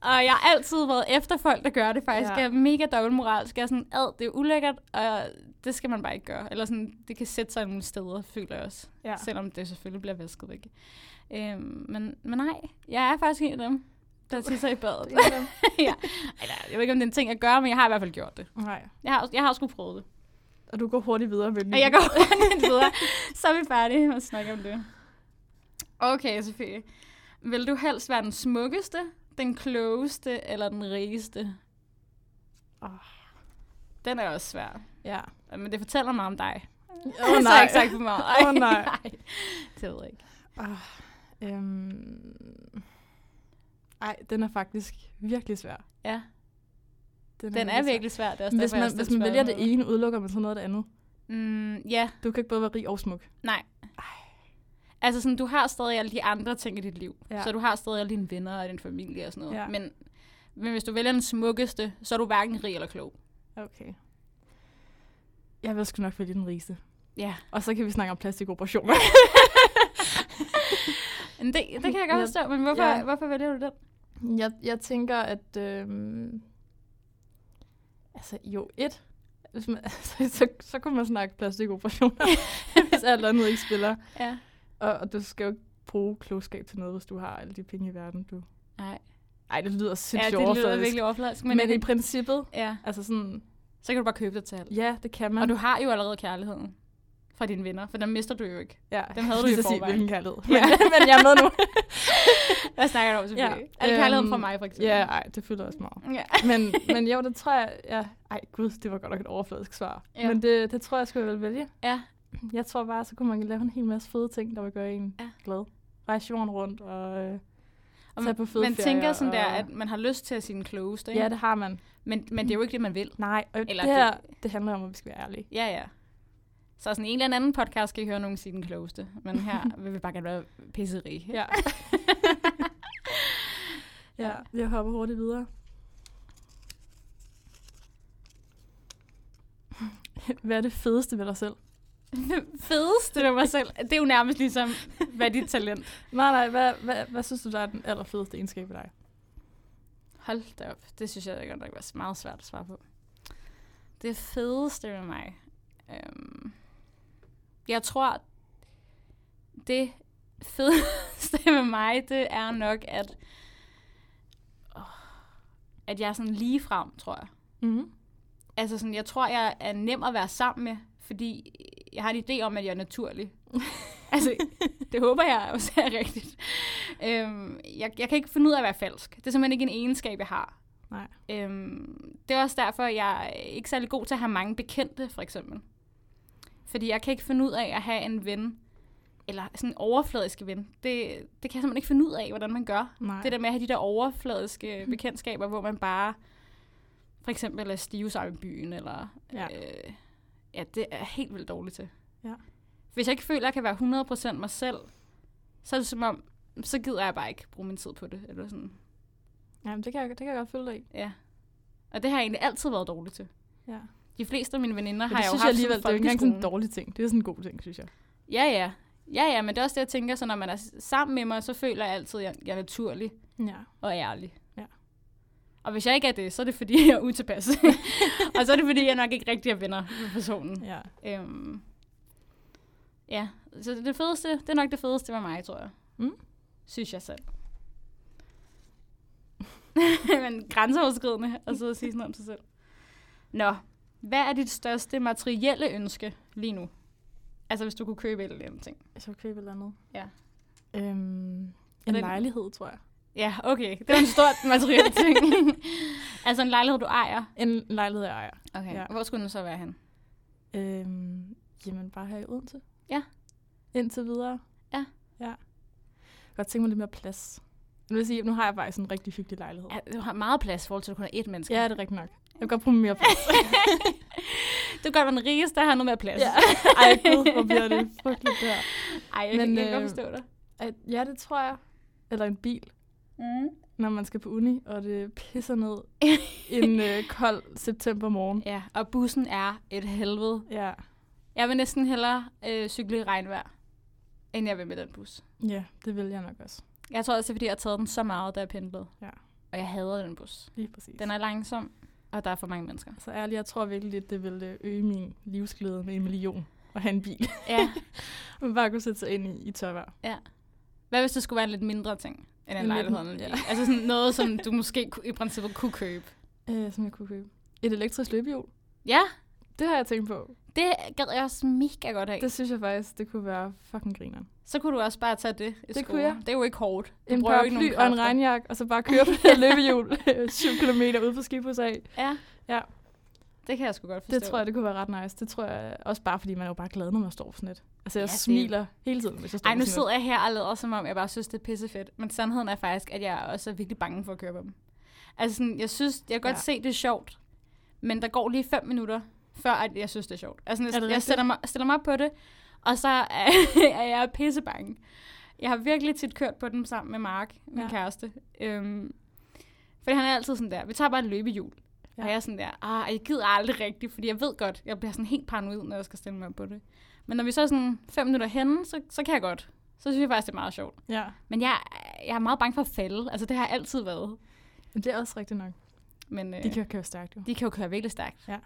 og jeg har altid været efter folk, der gør det faktisk. Ja. Ja. Jeg er mega dobbeltmoralsk. Jeg er sådan, ad, det er ulækkert, og det skal man bare ikke gøre. Eller sådan, det kan sætte sig nogle steder, føler jeg også. Ja. Ja. Selvom det selvfølgelig bliver vasket væk. Øhm, men, men nej, jeg er faktisk en af dem, der tisser i <laughs> badet. ja. Eller, jeg ved ikke, om det er en ting, jeg gør, men jeg har i hvert fald gjort det. Nej. Jeg har, jeg har sgu prøvet det. Og du går hurtigt videre med den. Og jeg går <laughs> hurtigt videre. Så er vi færdige med at snakke om det. Okay, Sofie. Vil du helst være den smukkeste, den klogeste eller den rigeste? Ah. Den er også svær. <laughs> Ja. Men det fortæller mig om dig. Åh, <laughs> Så har jeg ikke sagt for meget. Åh, nej. Det ved jeg ikke. Ah, Øhm... Ej, den er faktisk virkelig svær. Ja, den virkelig er svær. virkelig svær. Det er også Hvis derfor, jeg man, har hvis stillet man vælger det spørgsmålet. ene, udelukker man så noget af det andet. Mm, ja, Du kan ikke både være rig og smuk. nej. Altså sådan, du har stadig alle de andre ting i dit liv. Ja. Ja. Så du har stadig alle dine venner og din familie og sådan noget. Ja. Ja. Men, men hvis du vælger den smukkeste, så er du hverken rig eller klog. Okay. Jeg vil sgu nok vælge den rigeste. Ja, Og så kan vi snakke om plastikoperationer. <laughs> <laughs> men det, det kan jeg godt Ja. forstå, men hvorfor, ja. Ja. hvorfor vælger <laughs> du den? jeg, jeg tænker, at... Øh... Altså, jo, et. Hvis man, <laughs> altså, så, så kunne man snakke plastikoperationer, <laughs> hvis alt andet ikke spiller. Ja. Og, og du skal jo ikke bruge klogskab til noget, hvis du har alle de penge i verden. Du... Nej. Ej, det lyder Ja, sindssygt det lyder overfladisk. virkelig overfladisk, men, Men, men i princippet, ja, altså sådan... så kan du bare købe det til alt. Ja, det kan man. Og du har jo allerede kærligheden fra dine venner, for den mister du jo ikke. ja, dem havde du jeg i skulle til at sige, forvejen. Hvilken kærlighed. Ja. Ja. <laughs> men jeg er med nu. Hvad snakker du om, selvfølgelig? Ja. Al kærligheden Øhm, fra mig, for eksempel. Ja, ej, det fylder også meget. ja. Men, men jo, det tror jeg... Ja. Ej, gud, det var godt nok et overfladisk svar. Ja. Ja. Men det, det tror jeg, jeg skulle vel vælge. Ja. Jeg tror bare, så kunne man lave en hel masse fede ting, der vil gøre en Ja. ja. glad. Rejse jorden rundt og... Øh, Og tage på fede man ferier, tænker sådan der, og- at man har lyst til at sige den klogeste, ikke? ja, det har man. Men, men det er jo ikke det, man vil. Nej, og Eller Eller det her, det... det handler om, at vi skal være ærlige. Ja, ja. Så sådan en eller anden podcast skal I høre nogen sige den klogeste. Men <laughs> her vil vi bare gerne være pisserige. Ja. <laughs> ja, jeg hopper hurtigt videre. <laughs> Hvad er det fedeste ved dig selv? <laughs> Fedeste ved mig selv. Det er jo nærmest ligesom, hvad er dit talent? Nej, nej, hvad, hvad, hvad synes du, der er den allerfedeste egenskab ved dig? Hold da op. Det synes jeg godt nok var meget svært at svare på. Det fedeste ved mig. Øhm, jeg tror, det fedeste <laughs> ved mig, det er nok, at, åh, at jeg er sådan lige frem, tror jeg. Mm-hmm. altså sådan, jeg tror, jeg er nem at være sammen med, fordi jeg har en idé om, at jeg er naturlig. <laughs> altså, det håber jeg også er rigtigt. Øhm, jeg, jeg kan ikke finde ud af at være falsk. Det er simpelthen ikke en egenskab, jeg har. Nej. Øhm, det er også derfor, jeg er ikke særlig god til at have mange bekendte, for eksempel. Fordi jeg kan ikke finde ud af at have en ven, eller sådan en overfladisk ven. Det, det kan jeg simpelthen ikke finde ud af, hvordan man gør. Nej. Det der med at have de der overfladiske Mhm. bekendtskaber, hvor man bare for eksempel er stive sammen i byen, eller Ja. øh, ja, det er jeg helt vildt dårligt til. Ja. Hvis jeg ikke føler, at jeg kan være 100% mig selv, så er det som om, så gider jeg bare ikke bruge min tid på det, eller sådan. Jamen, det kan, jeg, det kan jeg godt følge dig i. Ja. Og det har jeg egentlig altid været dårlig til. Ja. De fleste af mine veninder Men har det jeg jo synes haft jeg alligevel, det er siden jo ikke engang sådan en folkeskolen. dårlig ting. Det er sådan en god ting, synes jeg. Ja, ja. Ja, ja, men det er også det, jeg tænker, så når man er s- sammen med mig, så føler jeg altid, at jeg, jeg er naturlig Ja. og ærlig. Ja. Og hvis jeg ikke er det, så er det fordi, jeg er <laughs> utilpas. og så er det fordi, jeg nok ikke rigtig er venner med personen. ja. Øhm, ja, så det fedeste, det er nok det fedeste med mig, tror jeg. Mm. Synes jeg selv. <laughs> Men grænseoverskridende at sidde og sige sådan noget om sig selv. Nå, hvad er dit største materielle ønske lige nu? Altså, hvis du kunne købe et eller andet ting. Jeg skal købe et eller andet. Ja. Øhm, en Hvordan- lejlighed, tror jeg. Ja, okay. Det er en <laughs> stor materiel ting. altså en lejlighed, du ejer. En lejlighed, jeg ejer. Okay. Ja. Hvor skulle den så være hen? Øhm, jamen, bare her i Odense. Ja. Indtil videre. Ja. Ja. Jeg kan godt tænke mig lidt mere plads. Nu vil sige, nu har jeg faktisk en rigtig hyggelig lejlighed. Ja, du har meget plads i forhold til, at du kun har ét menneske. <laughs> Ja, det er rigtigt nok. Jeg kan godt bruge mere plads. Du gør den rigeste, der har noget mere plads. ja. Ej, gud, hvor bliver det frygteligt der. Ej, jeg, Men, Men, jeg kan godt <laughs> øh, forstå dig. At, ja, det tror jeg. Eller en bil, Mm. når man skal på uni, og det pisser ned en øh, <laughs> kold september morgen. Ja, og bussen er et helvede. Ja. Jeg vil næsten hellere øh, cykle i regnvejr, end jeg vil med den bus. Ja, det vil jeg nok også. Jeg tror også, det er, fordi jeg har taget den så meget, da jeg pendlede. Ja. Og jeg hader den bus. Lige præcis. Den er langsom, og der er for mange mennesker. Så ærligt, jeg tror virkelig lidt, det ville øh, øge min livsglæde med en million at have en bil. Ja. Man bare kunne sætte sig ind i, i tørvejr. <laughs> Hvad hvis det skulle være en lidt mindre ting, end en, En lejlighed? lidt- eller en ja. bil? Altså sådan noget, som du måske ku- i princippet kunne købe. Øh, som jeg kunne købe. Et elektrisk løbehjul. Ja, Det har jeg tænkt på. det gad jeg også mega godt af. Det synes jeg faktisk, det kunne være fucking grineren. Så kunne du også bare tage det i Det kunne skole. jeg. Det er jo ikke hårdt. Du en bruger jo ikke nogen paraply og en kræfter. regnjakke, og så bare køre på det her <laughs> løbehjul 7 km ude på Skibhus af. Ja. Ja. Det kan jeg sgu godt forstå. Det tror jeg, det kunne være ret nice. Det tror jeg også bare, fordi man er jo bare glad, når man står på sådan et. Altså, jeg Ja, ja, det- smiler hele tiden, hvis jeg står Ej, på nu sådan et. sidder jeg her og lader, som om jeg bare synes, det er pissefedt. Men sandheden er faktisk, at jeg også er virkelig bange for at køre på dem. Altså, sådan, jeg synes, jeg kan godt Ja. se, det er sjovt. Men der går lige fem minutter, før at jeg synes, det er sjovt. Altså, Er det jeg, jeg rigtigt? stiller, mig, stiller mig op på det, og så er, <laughs> er jeg pissebange. Jeg har virkelig tit kørt på dem sammen med Mark, min Ja. ja. kæreste. Øhm, fordi han er altid sådan der, vi tager bare et løbehjul. Ja. Ja. Og jeg er sådan der, ah, jeg gider aldrig rigtigt, fordi jeg ved godt, jeg bliver sådan helt paranoid, når jeg skal stille mig op på det. Men når vi så er sådan fem minutter henne, så, så kan jeg godt. Så synes jeg faktisk, det er meget sjovt. Ja, Men jeg, jeg er meget bange for at falde. Altså, det har jeg altid været. men det er også rigtigt nok. Men øh, De kan jo køre stærkt, jo. <laughs> de kan jo køre virkelig stærkt. Ja.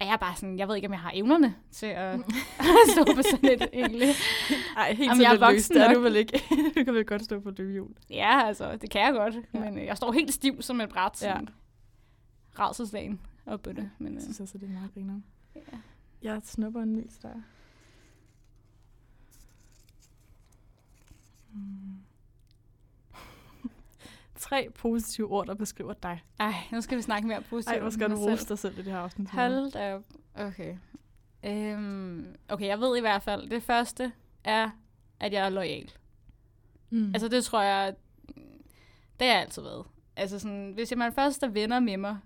Og jeg er bare sådan, jeg ved ikke, om jeg har evnerne til at stå på sådan et, egentlig. Ej, Jamen, helt jeg er sikkert løs. voksen Det er du nok. vel ikke. <laughs> du kan vel godt stå på et løbehjul. Ja, altså, det kan jeg godt. Ja. Ja. Men øh, jeg står helt stiv som et bræt. Ja. Ja. Rædselsdagen op på det. Men, Jeg øh, synes også, det er meget griner. ja. Jeg snupper en ny steg. Mm. <laughs> Tre positive ord, der beskriver dig. Ej, nu skal vi snakke mere positivt. Ej, hvor skal om du mig selv. rose dig selv i det her afsnit. Hanne. Hold da op. Okay. Øhm, okay, jeg ved i hvert fald, det første er, at jeg er lojal. Mm. Altså det tror jeg, det har jeg altid været. Altså sådan, hvis man først er venner med mig,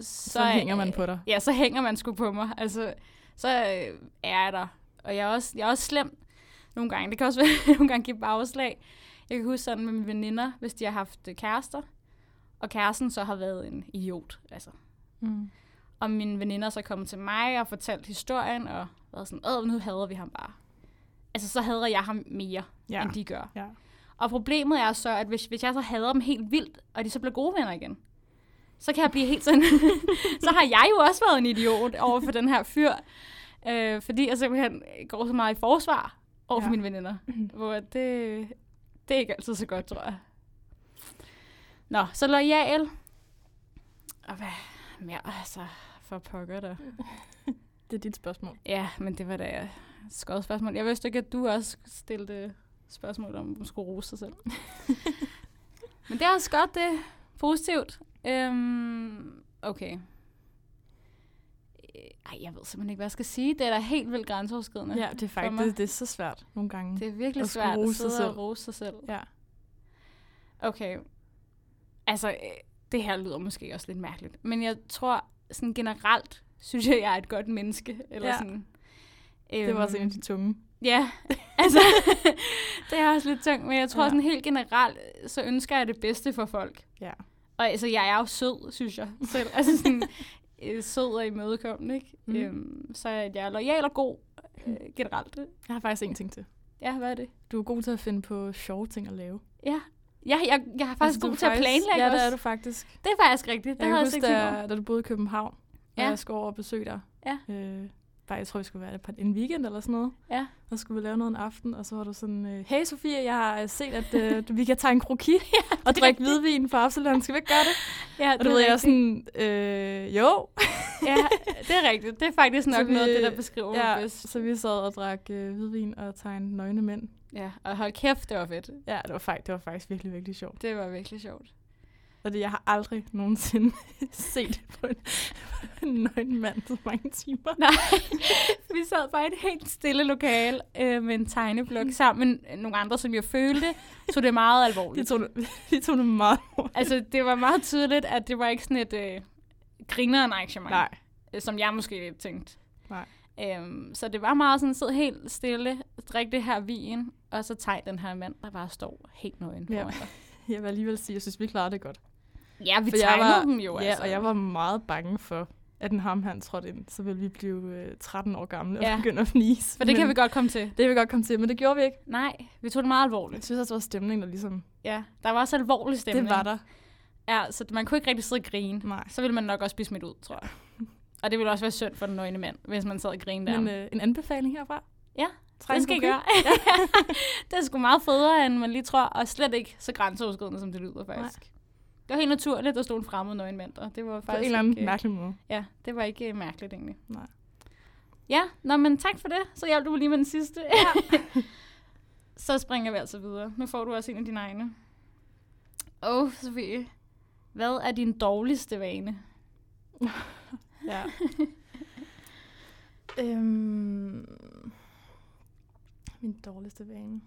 så, så hænger man på dig. Ja, så hænger man sgu på mig. Altså, så øh, er jeg der. Og jeg er, også, jeg er også slem nogle gange. Det kan også <laughs> være, nogle gange give bagslag. Jeg kan huske sådan med mine veninder, hvis de har haft øh, kærester, og kæresten så har været en idiot. Altså, Mm. og mine veninder så kom til mig og fortalte historien, og var sådan, åh, nu hader vi ham bare. Altså, så hader jeg ham mere, ja. Ja. end de gør. Ja. Og problemet er så, at hvis, hvis jeg så hader dem helt vildt, og de så bliver gode venner igen, så kan jeg blive helt sådan, <laughs> så har jeg jo også været en idiot over for den her fyr, øh, fordi jeg simpelthen går så meget i forsvar over for ja. Ja. mine veninder, hvor det, det er ikke altid så godt, tror jeg. Nå, så lojal. Og hvad mere? Altså, for pokker der. Det er dit spørgsmål. Ja, men det var da et skødt spørgsmål. Jeg vidste ikke, at du også stillede spørgsmål om, at man skulle rose sig selv. men det er også godt, det er positivt. Øhm, okay. Øh, Ej, jeg ved simpelthen ikke, hvad jeg skal sige. Det er da helt vildt grænseoverskridende. Ja, det er for faktisk mig. det, det er så svært nogle gange. Det er virkelig At Mm. skulle svært at rose sig sidde og selv. rose sig selv. Ja. Okay. Altså, øh, det her lyder måske også lidt mærkeligt, men jeg tror sådan generelt, synes jeg, jeg er et godt menneske. Eller Ja. sådan. Det var også Øhm, en af de tunge. <laughs> Ja, altså, <laughs> det er også lidt tungt, men jeg tror ja. Ja. sådan helt generelt, øh, så ønsker jeg det bedste for folk. Ja. Og altså, jeg er jo sød, synes <laughs> jeg selv. altså sådan, øh, sød og imødekommende, ikke? Mm. Mhm. Øhm, så at jeg er lojal og god øh, generelt. Jeg har faktisk en ting til. Ja, hvad er det? Du er god til at finde på sjove ting at lave. Ja, ja jeg, jeg er faktisk altså, du er god til at planlægge Ja, også. det er du faktisk. Det er faktisk rigtigt. Det Jeg har kan jeg også huske, ikke tænkt over. da, da du boede i København, ja. Ja. og jeg skulle over og besøge dig. Ja. Øh, bare, jeg tror, vi skulle være der på en weekend eller sådan noget. Ja. Og så skulle vi lave noget en aften, og så var du sådan, øh, hey Sofie, jeg har øh, set, at øh, <laughs> vi kan tage en kroki ja, og drikke rigtigt. hvidvin fra Absalon. Skal vi ikke gøre det? Ja, Og du ved, jeg var sådan, øh, jo. ja, det er rigtigt. Det er faktisk Så nok noget af vi- det, der beskriver mig Ja, bedst. så vi sad og drak øh, hvidvin og tegnede nøgne mænd. Ja, og hold kæft, det var fedt. Ja, det var, faktisk, det var faktisk virkelig, virkelig sjovt. Det var virkelig <laughs> sjovt. Og det, jeg har aldrig nogensinde <laughs> set på en, <laughs> på en nøgen mand så mange timer. Vi sad bare i et helt stille lokal øh, med en tegneblok sammen med nogle andre, som jeg følte, så det er meget De alvorligt. tog, Mm. <laughs> det- de tog det meget hurtigt. Altså, det var meget tydeligt, at det var ikke sådan et øh, grineren arrangement, Nej. øh, som jeg måske lidt tænkte. Nej. Øhm, så det var meget sådan, sid helt stille, drik det her vin, og så tegn den her mand, der bare står helt nøgen Ja. foran <laughs> dig. Jeg vil alligevel sige, at jeg synes, vi klarede det godt. Ja, vi For jeg tegnede var- dem jo, ja, altså. og jeg var meget bange for, at en ham han trådte ind, så ville vi blive øh, 13 år gamle og Ja. begynde at fnise. For det kan Men vi godt Mm. komme til. Det kan vi godt komme til, men det gjorde vi ikke. Nej, vi tog det meget Jeg alvorligt. synes også, det var stemningen, der ligesom... Ja, der var også alvorlig stemning. Det var der. Ja, så man kunne ikke rigtig sidde og grine. Nej. Så ville man nok også blive smidt ud, <laughs> tror jeg. Og det ville også være synd for den nøgne mand, hvis man sad og grinede der. Men øh, en anbefaling herfra. Ja, Træn det skal I kopi. gøre. <laughs> det er sgu meget federe, end man lige tror, og slet ikke så grænseoverskridende, som det lyder faktisk. Nej. Det var helt naturligt, at stå en fremmed nøgen mand, og det var På en faktisk eller anden ikke, øh, mærkelig måde. Ja, det var ikke øh, mærkeligt egentlig. Nej. Ja, nå, men tak for det. Så hjalp du mig lige med den sidste. Ja. <laughs> så springer vi altså videre. Nu får du også en af dine egne. Åh, oh, Sofie. Hvad er din dårligste vane? Ja. <laughs> øhm, min dårligste vane.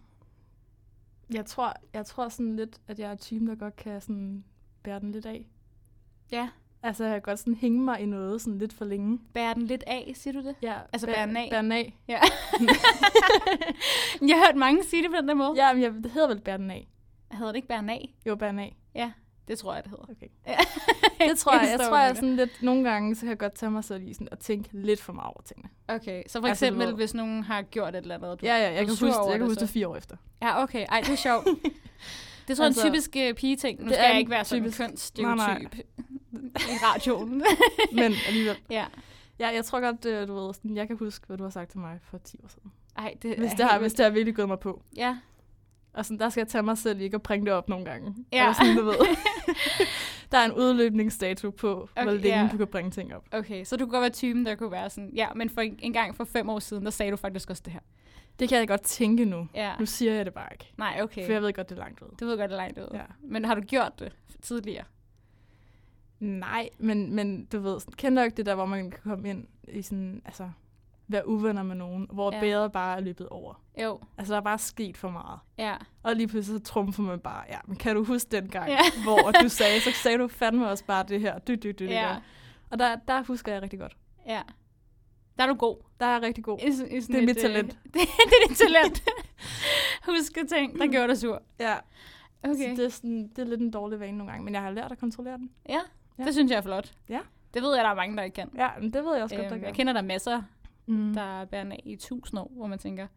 Jeg tror, jeg tror sådan lidt, at jeg er typen, der godt kan sådan bære den lidt af. Ja. Altså, jeg kan godt sådan hænge mig i noget sådan lidt for længe. Bærer den lidt af, siger du det? Ja, Altså, bæ- bære den af? Bære den af. <laughs> Ja. <laughs> jeg har hørt mange sige det på den der måde. Ja, men jeg, det hedder vel bære den af. Hedder det ikke bære den af? Jo, bære den af. Det tror jeg, det hedder. Okay. Ja. Det tror <laughs> jeg. Jeg, forstår, tror, jeg hvad du sådan lidt, nogle gange, så kan jeg godt tage mig selv i sådan, og tænke lidt for meget over tingene. mener. Okay, så for Altså, eksempel, du ved- hvis nogen har gjort et eller andet, og du... Ja, ja, jeg du kan er sur huske, over jeg kan det huske så? det fire år efter. ja okay. Ej, det er <laughs> sjovt. Det tror jeg altså, Altså, en typisk øh, pigeting. Nu det skal er jeg en ikke være sådan en typisk- Nej, kønsstereotyp i radioen. <laughs> Men alligevel. ja. <laughs> Ja, jeg tror godt, øh, du ved, sådan, jeg kan huske, hvad du har sagt til mig for 10 år siden. Ej, det Hvis er det, har, helt hvis det har virkelig gået mig på. vildt. Ja. Og sådan, der skal jeg tage mig selv i ikke at bringe det op nogle gange. Ja. Eller sådan, du <laughs> ved. der er en udløbningsdato på, okay, hvor Okay, længe ja. du kan bringe ting op. Okay, så du kunne godt være typen, der kunne være sådan, ja, men for en, en gang for fem år siden, der sagde du faktisk også det her. Det kan jeg godt tænke nu. Ja. Nu siger jeg det bare ikke. Nej, Okay. okay. For jeg ved godt, det er langt ud. Du ved godt, det er langt ud. Ja. Ja. Men har du gjort det tidligere? Nej, men, men du ved, sådan, kender du ikke det der, hvor man kan komme ind i sådan, altså, være uvenner med nogen, hvor Ja. ja. bæret bare er løbet over. Jo. Altså, der er bare sket for meget. Ja. Og lige pludselig så trumfer man bare, ja, men kan du huske den gang, Ja. ja. <laughs> hvor du sagde, så sagde du fandme også bare det her, du, du, du, det ja. der. Og der, der husker jeg rigtig godt. ja. Der er du god. Der er jeg rigtig god. I, i sådan Det er et, mit øh, talent. <laughs> det, det er dit talent. <laughs> Husk at ting, der gjorde dig sur. Ja, Okay. så det er, sådan, det er lidt en dårlig vane nogle gange, men jeg har lært at kontrollere den. Ja, Ja. det synes jeg er flot. Ja. Det ved jeg, der er mange, der ikke kan. Ja, men det ved jeg også godt, der Øhm, jeg gør. kender der masser, Mm. der bærer den af i tusind år, hvor man tænker,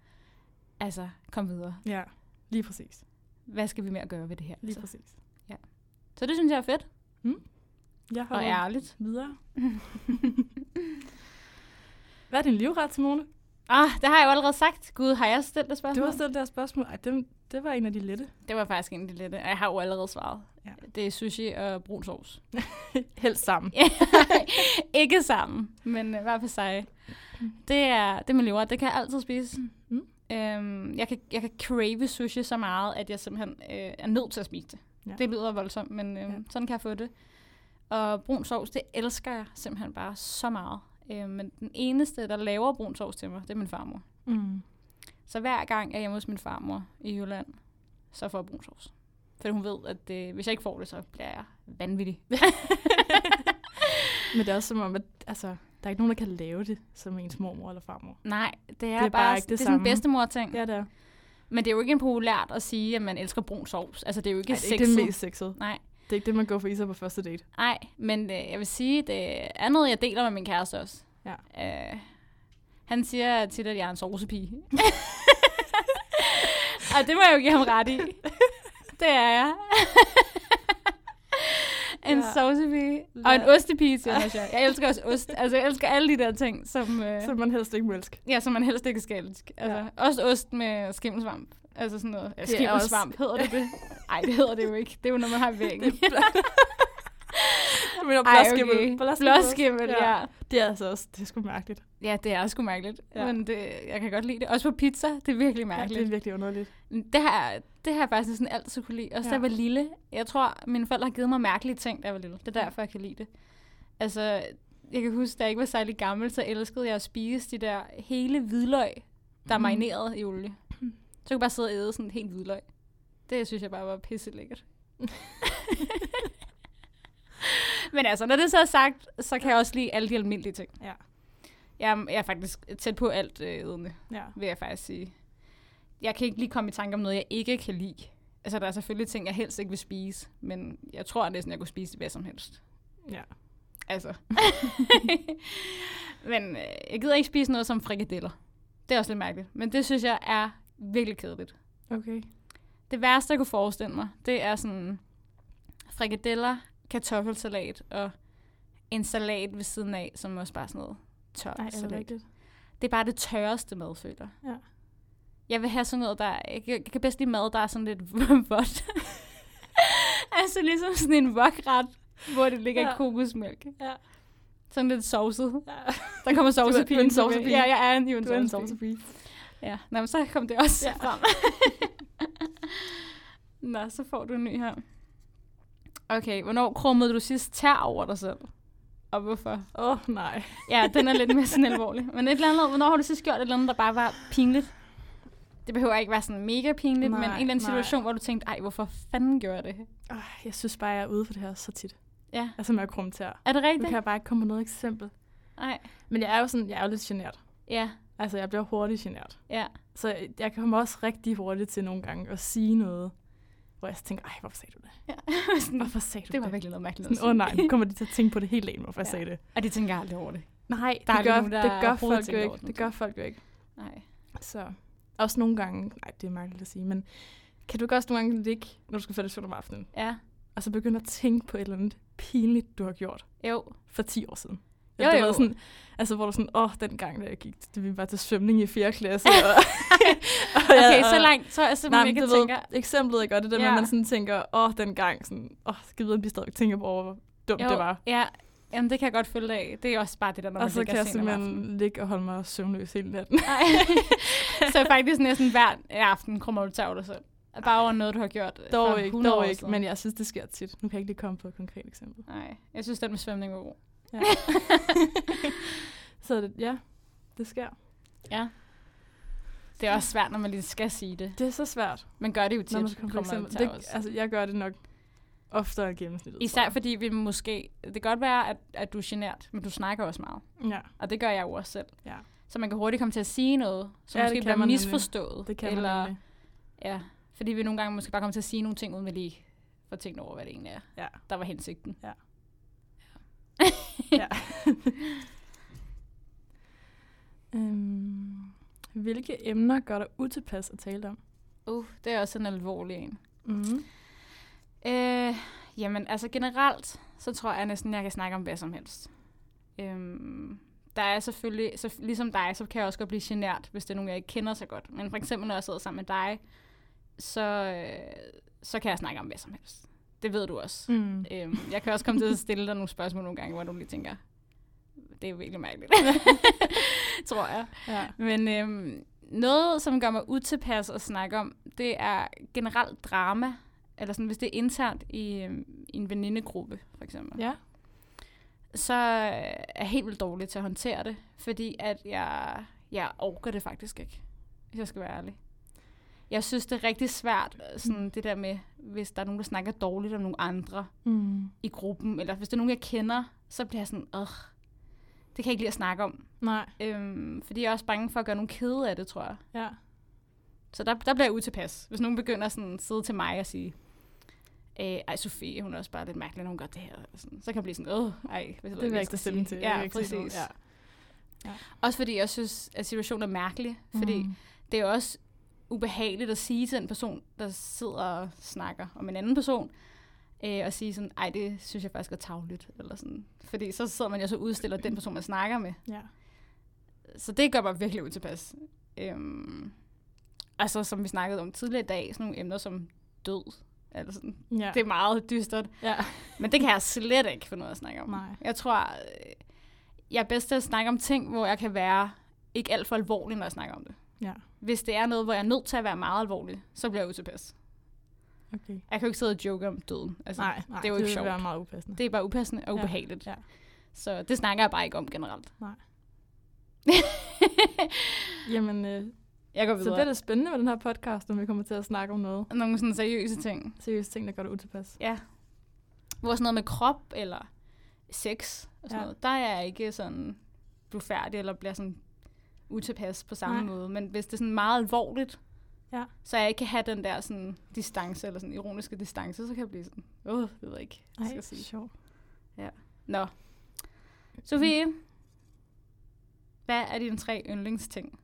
altså, kom videre. Ja, lige præcis. Hvad skal vi mere gøre ved det her? Lige Så, præcis. så det synes jeg er fedt Jeg og holder ærligt. <laughs> videre. Hvad er din livret, Simone? Ah, det har jeg jo allerede sagt. Gud, har jeg stillet det Du spørgsmål? har stillet det her spørgsmål. Ej, det, det var en af de lette. Det var faktisk en af de lette. og Jeg har jo allerede svaret. Ja. Det er sushi og brun sovs. Helt sammen. <laughs> ikke sammen, men øh, hver for sig. Det er, det er min lever. Det kan jeg altid spise. Mm. Mm. Øhm, jeg, kan, jeg kan crave sushi så meget, at jeg simpelthen øh, er nødt til at spise det. Ja. Ja. Det lyder voldsomt, men øhm, Ja. ja. sådan kan jeg få det. Og brun sovs, det elsker jeg simpelthen bare så meget. Øhm, men den eneste, der laver brun sovs til mig, det er min farmor. Mm. Så hver gang jeg er hjemme hos min farmor i Jylland, så får jeg brun sovs. Fordi hun ved, at øh, hvis jeg ikke får det, så bliver jeg <laughs> vanvittig. Men det er også som om, at altså, der er ikke nogen, der kan lave det som ens mormor eller farmor. Nej, det er, det er bare, bare ikke det, det er sådan samme. en bedstemor-ting. Ja, det er. Men det er jo ikke populært at sige, at man elsker brun sovs. Altså, det er jo ikke Ej, det er sexet. ikke det mest sexede. Nej, Det er ikke det, man går for i sig på første date. nej. Men øh, jeg vil sige, det er noget, jeg deler med min kæreste også. Ja. Øh, han siger tit, at jeg er en <laughs> sovsepige. Og det må jeg jo give ham ret i. Det er <laughs> jeg. en Ja. ja. sovsepige. Og en Ja. ostepige, siger han også. Jeg elsker også ost. Altså, jeg elsker alle de der ting, som... Øh, Så man helst ikke må <laughs> elske. Ja, som man helst ikke skal elske. Altså, Ja. ja. Også ost med skimmelsvamp. Altså sådan noget. Ja, Det er skimmelsvamp, hedder det det? Nej, det hedder det jo ikke. Det er jo, når man har i væggen. <laughs> Men der Ej, blåskimmel. okay. Blåskimmel. Blåskimmel, ja. ja. Det er altså også, det er sgu mærkeligt. Ja, det er sgu mærkeligt. Ja. Ja. Men det, jeg kan godt lide det. Også på pizza, det er virkelig Ja, mærkeligt. det er virkelig underligt. Det har, jeg- det har jeg faktisk sådan altid kunne lide. Også ja. da Ja. jeg var lille. Jeg tror, mine forældre har givet mig mærkelige ting, da jeg var lille. Det er derfor, jeg kan lide det. Altså, jeg kan huske, da jeg ikke var særlig gammel, så elskede jeg at spise de der hele hvidløg, der er Mm. marineret i olie. Så kunne jeg bare sidde og æde sådan et helt hvidløg. Det synes jeg bare var pisse <laughs> lækkert. Men altså, når det så er sagt, så kan jeg også lide alle de almindelige ting. Ja. Jeg er, jeg er faktisk tæt på alt øh, ædende Ja. vil jeg faktisk sige. Jeg kan ikke lige komme i tanke om noget, jeg ikke kan lide. Altså, der er selvfølgelig ting, jeg helst ikke vil spise, men jeg tror næsten, jeg kunne spise hvad som helst. ja. Altså. men øh, jeg gider ikke spise noget som frikadeller. Det er også lidt mærkeligt, men det synes jeg er virkelig kedeligt. Okay. Det værste, jeg kunne forestille mig, det er sådan frikadeller, kartoffelsalat og en salat ved siden af, som også bare er sådan noget tør Nej, er det salat. rigtigt? Det er bare det tørreste mad, føler jeg. Ja. Jeg vil have sådan noget, der... Jeg, kan- jeg kan bedst lide mad, der er sådan lidt <laughs> vådt. altså ligesom sådan en vokret, hvor det ligger Ja. ja. kokosmælk. Ja. Sådan lidt sovset. ja. Der <laughs> kommer er- sovsepige. du er en sovsepige. Ja, jeg er en, jo en Du er en sovsepige. sovsepige. Ja, Nå, men så kom det også <laughs> Ja. ja. frem. Nå, så får du en ny her. Okay, hvornår krummede du sidst tær over dig selv? Og hvorfor? Åh, oh, nej. Ja, den er lidt mere sådan alvorlig. Men et eller andet, hvornår har du sidst gjort et eller andet, der bare var pinligt? Det behøver ikke være sådan mega pinligt, Nej, men en eller anden nej. situation, hvor du tænkte, ej, hvorfor fanden gjorde jeg det? Oh, jeg synes bare, jeg er ude for det her så tit. Ja, Altså med at krumme tær. er det Nu rigtigt? kan jeg bare ikke komme på noget eksempel. Nej. Men jeg er jo sådan, jeg er jo lidt genert. Ja, Altså, jeg bliver hurtigt genert. ja. Så jeg kommer også rigtig hurtigt til nogle gange at sige noget, hvor jeg så tænker, ej, hvorfor sagde du det? ja. <laughs> sådan, Hvorfor sagde du det det? var virkelig noget mærkeligt. Sådan, Åh oh, nej, nu kommer de til at tænke på det hele dagen, hvorfor jeg Ja. sagde det. Og det tænker jeg aldrig over det. Nej, Der er det, aldrig gør, nogen, der det gør overhovedet folk jo tænker over ikke. sådan Det noget. gør folk jo ikke. Nej. Så også nogle gange, nej, det er mærkeligt at sige, men kan du ikke også nogle gange ligge, når du skal falde i søvn om aftenen, Ja, og så begynde at tænke på et eller andet pinligt, du har gjort jo. for 10 år siden? Jo, det jo. var sådan, altså, hvor du sådan, åh, oh, den gang, da jeg gik, det, vi var til svømning i <laughs> 4. klasse. Og, og, jeg- <laughs> Okay, så og- langt, så er jeg Nej, simpelthen men ikke du tænker... ved, eksemplet er godt, det der med, Ja. at man sådan tænker, åh, oh, den gang, sådan, åh, oh, skal vi vide, om de stadig tænker på, hvor dumt Jo, det var. Ja, jamen det kan jeg godt følge dig af. Det er også bare det der, når man Og så kan ligger jeg sent om aftenen. simpelthen ligge og holde mig søvnløs hele natten. <laughs> Ej. <laughs> så faktisk næsten hver aften krummer du tag dig selv. Bare over noget, du har gjort øh, for Dog ikke, 100 år dog ikke, siden. men jeg synes, det sker tit. Nu kan jeg ikke lige komme på et konkret <laughs> eksempel. Nej, jeg synes, den med svømning var god. Ja. <laughs> så det, ja, det sker. Ja. Det er også svært, når man lige skal sige det. Det er så svært, Man gør det jo tit, når man skal komme på krummer eksempel. tæer Det, også. altså, jeg gør det nok oftere end gennemsnittet. tror Især fordi vi måske... Det kan godt være, at, at du er genert, men du snakker også meget. jeg. Ja, Og det gør jeg jo også selv. Ja. Så man kan hurtigt komme til at sige noget, som Ja, ja, det måske kan bliver man nemlig. misforstået. det kan eller, man nemlig. Ja, fordi vi nogle gange måske bare kommer til at sige nogle ting, uden vi lige får tænkt over, hvad det egentlig er, Ja. der var hensigten. Ja. Ja. ja. Øhm, hvilke emner gør dig utilpas at tale om? uh, det er også en alvorlig en. Mm. Øh, jamen, altså generelt, så tror jeg næsten, jeg kan snakke om hvad som helst. Øhm, der er selvfølgelig, så ligesom dig, så kan jeg også godt blive genert, hvis det er nogen, jeg ikke kender så godt. Men for eksempel, når jeg sidder sammen med dig, så, øh, så kan jeg snakke om hvad som helst. Det ved du også. Mm. Øhm, jeg kan også komme til at stille dig nogle spørgsmål nogle gange, hvor du lige tænker, det er virkelig mærkeligt, tror jeg. Ja. Men øhm, noget, som gør mig utilpas at snakke om, det er generelt drama. Eller sådan, hvis det er internt i, øhm, i en venindegruppe, for eksempel. ja. Så øh, er jeg helt vildt dårlig til at håndtere det, fordi at jeg, jeg orker det faktisk ikke, hvis jeg skal være ærlig. Jeg synes, det er rigtig svært, øh, sådan det der med, hvis der er nogen, der snakker dårligt om nogle andre Mm. i gruppen, eller hvis det er nogen, jeg kender, så bliver jeg sådan, "Ugh, det kan jeg ikke lide at snakke om. Nej, Øhm, fordi jeg er også bange for at gøre nogen kede af det, tror jeg. ja. Så der, der bliver jeg utilpas, hvis nogen begynder sådan at sidde til mig og sige, "Øh, ej, Sofie, hun er også bare lidt mærkelig, når hun gør det her. Eller sådan. Så kan jeg blive sådan, åh, ej. Hvis Det vil jeg ikke tage stilling til. Det vil Ja, jeg ikke sige noget. præcis. Ja. Også fordi jeg synes, at situationen er mærkelig, fordi mm. Mm. det er jo også ubehageligt at sige til en person, der sidder og snakker om en anden person, øh, og sige sådan, ej, det synes jeg faktisk er tavligt, eller sådan. Fordi så sidder man jo så og udstiller den person, man snakker med. Ja. Så det gør mig virkelig utilpas. Øhm, altså, som vi snakkede om tidligere i dag, sådan nogle emner som død, eller sådan. Ja. Ja. Det er meget dystert, ja. men det kan jeg slet ikke finde ud af at snakke om. Nej. Jeg tror, øh, jeg er bedst til at snakke om ting, hvor jeg kan være ikke alt for alvorlig, når jeg snakker om det. Ja. Hvis det er noget, hvor jeg er nødt til at være meget alvorlig, så bliver jeg utilpas. Okay. Jeg kan jo ikke sidde og joke om døden. Altså, Nej, nej, det er jo ikke det sjovt. Det være meget upassende. Det er bare upassende og Ja, ubehageligt. ja. Så det snakker jeg bare ikke om generelt. Nej. <laughs> Jamen, øh, Jeg går videre. så bliver det spændende med den her podcast, når vi kommer til at snakke om noget. Nogle sådan seriøse ting. Seriøst ting, der gør dig utilpas. Ja. Hvor sådan noget med krop eller sex og sådan Ja. ja. noget, der er jeg ikke sådan blufærdig eller bliver sådan utilpas på samme Nej. Nej. måde. Men hvis det er sådan meget alvorligt, Ja. så jeg ikke kan have den der sådan distance eller sådan ironiske distance, så kan jeg blive sådan, åh, det ved jeg ikke, hvad jeg skal sige. sjovt. Nå. Sofie, hvad er dine tre yndlingsting?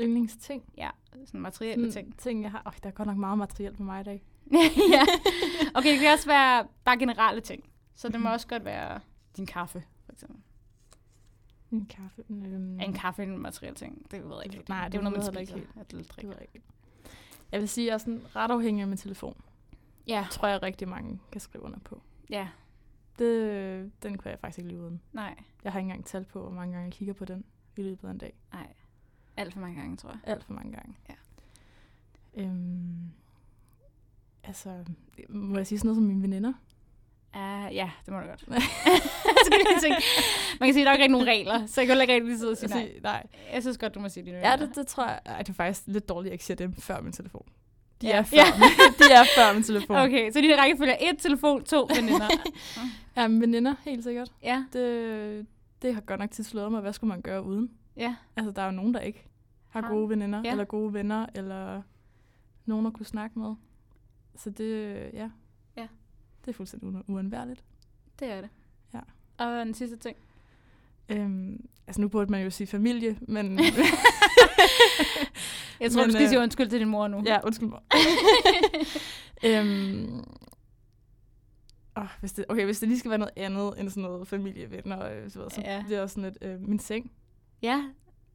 Yndlingsting. Ja, sådan materielle ting. ting, jeg har. Øj, der er godt nok meget materiel på mig i dag. <laughs> ja. Okay, det kan også være bare generelle ting. Så det må Mhm. også godt være din kaffe, for eksempel. En kaffe. Øhm, Er en kaffe en materiel ting? Det ved jeg ikke. Nej, det, det er jo noget, man ved jeg spiser. ikke Ikke. At det det ved drikker. jeg ikke. Jeg vil sige, at jeg er sådan ret afhængig af min telefon. Ja, Tror jeg rigtig mange kan skrive under på. ja. Det, den kunne jeg faktisk ikke lide uden. Nej, Jeg har ikke engang tal på, hvor mange gange jeg kigger på den i løbet af en dag. nej. Alt for mange gange, tror jeg. Alt for mange gange. Ja. Øhm, altså, må jeg sige sådan noget som mine veninder? Uh, ja, det må du godt. <laughs> Så kan jeg tænke, man kan sige, at der er jo ikke rigtig nogen regler, så jeg kan heller ikke rigtig sidde og sige nej. Sige, Altså, nej. Jeg synes godt, du må sige dine Ja, regler. det, det tror jeg. Ej, det er faktisk lidt dårligt, at jeg ikke siger dem før min telefon. De, Ja. er, før, Ja. <laughs> de er før min <laughs> telefon. Okay, så dine rækkefølge er et telefon, to <laughs> veninder. Ja, men veninder, helt sikkert. ja, Det, det har godt nok tit slået mig, hvad skulle man gøre uden? ja. Altså, der er jo nogen, der ikke har Har- gode veninder, ja. eller gode venner, eller nogen at kunne snakke med. Så det, ja. Ja. Det er fuldstændig u- uundværligt. Det er det. Ja. Og den sidste ting. Øhm, altså, nu burde man jo sige familie, <laughs> men Jeg tror, Men, men, du skal øh, sige undskyld til din mor nu. ja, undskyld <laughs> mig. øhm, oh, hvis det, okay, hvis det lige skal være noget andet end sådan noget familievenner, øh, så, ved jeg, så Ja. ja. det er også sådan lidt øh, min seng. ja.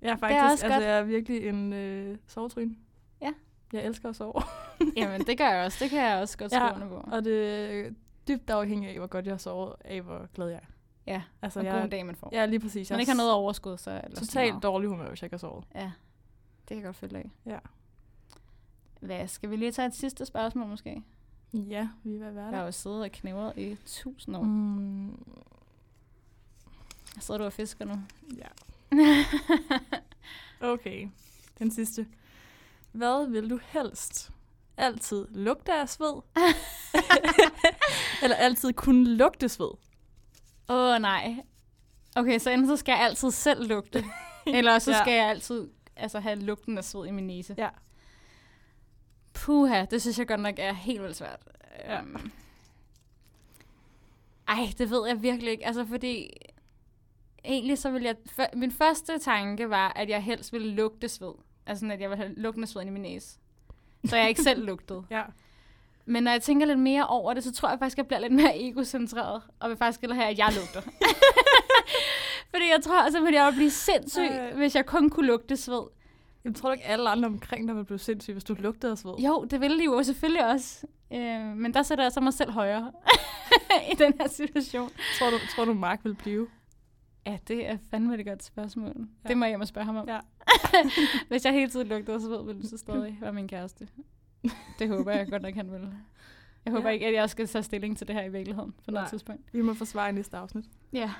Jeg er er faktisk, også altså, godt. jeg er virkelig en øh, sovetryn. Ja. Jeg elsker at sove, <laughs> <laughs> Jamen, det gør jeg også. Det kan jeg også godt skrive Ja. ja. under på. og det er dybt afhængigt af, hvor godt jeg har sovet, af hvor glad jeg er. Ja, altså, Og jeg, god dag, man får. Ja, lige præcis. Hvis man ikke har noget altså. overskud, så er det Totalt dårlig humør, hvis jeg ikke har sovet. Ja, det kan jeg godt følge af. Ja. Hvad, skal vi lige tage et sidste spørgsmål måske? Ja, vi er ved at være Jeg har der. jo siddet og knævret i tusind år. Mm. Mm, Sidder du og fisker nu? <laughs> ja. Okay, den sidste. Hvad vil du helst? Altid lugte <laughs> af sved? Eller altid kunne lugte sved? Åh oh, nej. Okay, så enten så skal jeg altid selv <laughs> lugte, eller så Ja. skal jeg altid altså, have lugten af sved i min næse. Ja. Puha, det synes jeg godt nok er helt vildt svært. Ja. Um, ej, det ved jeg virkelig ikke. Altså, fordi... Egentlig så ville jeg... fø- min første tanke var, at jeg helst ville lugte sved. Altså sådan, at jeg ville have lugten af sved ind i min næse. Så jeg ikke selv <laughs> lugtede. Ja. Men når jeg tænker lidt mere over det, så tror jeg faktisk, at jeg bliver lidt mere egocentreret. Og vil faktisk hellere have, at jeg lugter. <laughs> fordi jeg tror simpelthen, at jeg ville blive sindssyg, Ej. hvis jeg kun kunne lugte sved. Jeg tror du ikke alle andre omkring dig ville blive sindssyge, hvis du lugtede af sved. Jo, det ville de jo selvfølgelig også. Øh, men der <laughs> sætter jeg så mig selv højere i den her situation. Tror du, tror du Mark ville blive? Ja, det er fandme et godt spørgsmål. Ja. Ja. Det må jeg hjem og spørge ham om. Ja. <laughs> Hvis jeg hele tiden lugtede, så ved vi så stadig, var min kæreste. Det håber jeg godt nok, han vil. Jeg håber Ja. ja. ikke, at jeg skal tage stilling til det her i virkeligheden på noget Nej. tidspunkt. Vi må forsvare i næste afsnit. Ja.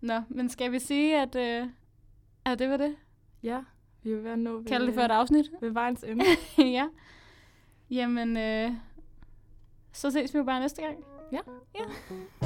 Nå, men skal vi sige, at, øh, at det var det? Ja, vi vil være nå ved, øh, Kalde det for et afsnit? <laughs> ved vejens ende. ja. Jamen, øh, så ses vi jo bare næste gang. Ja. Ja.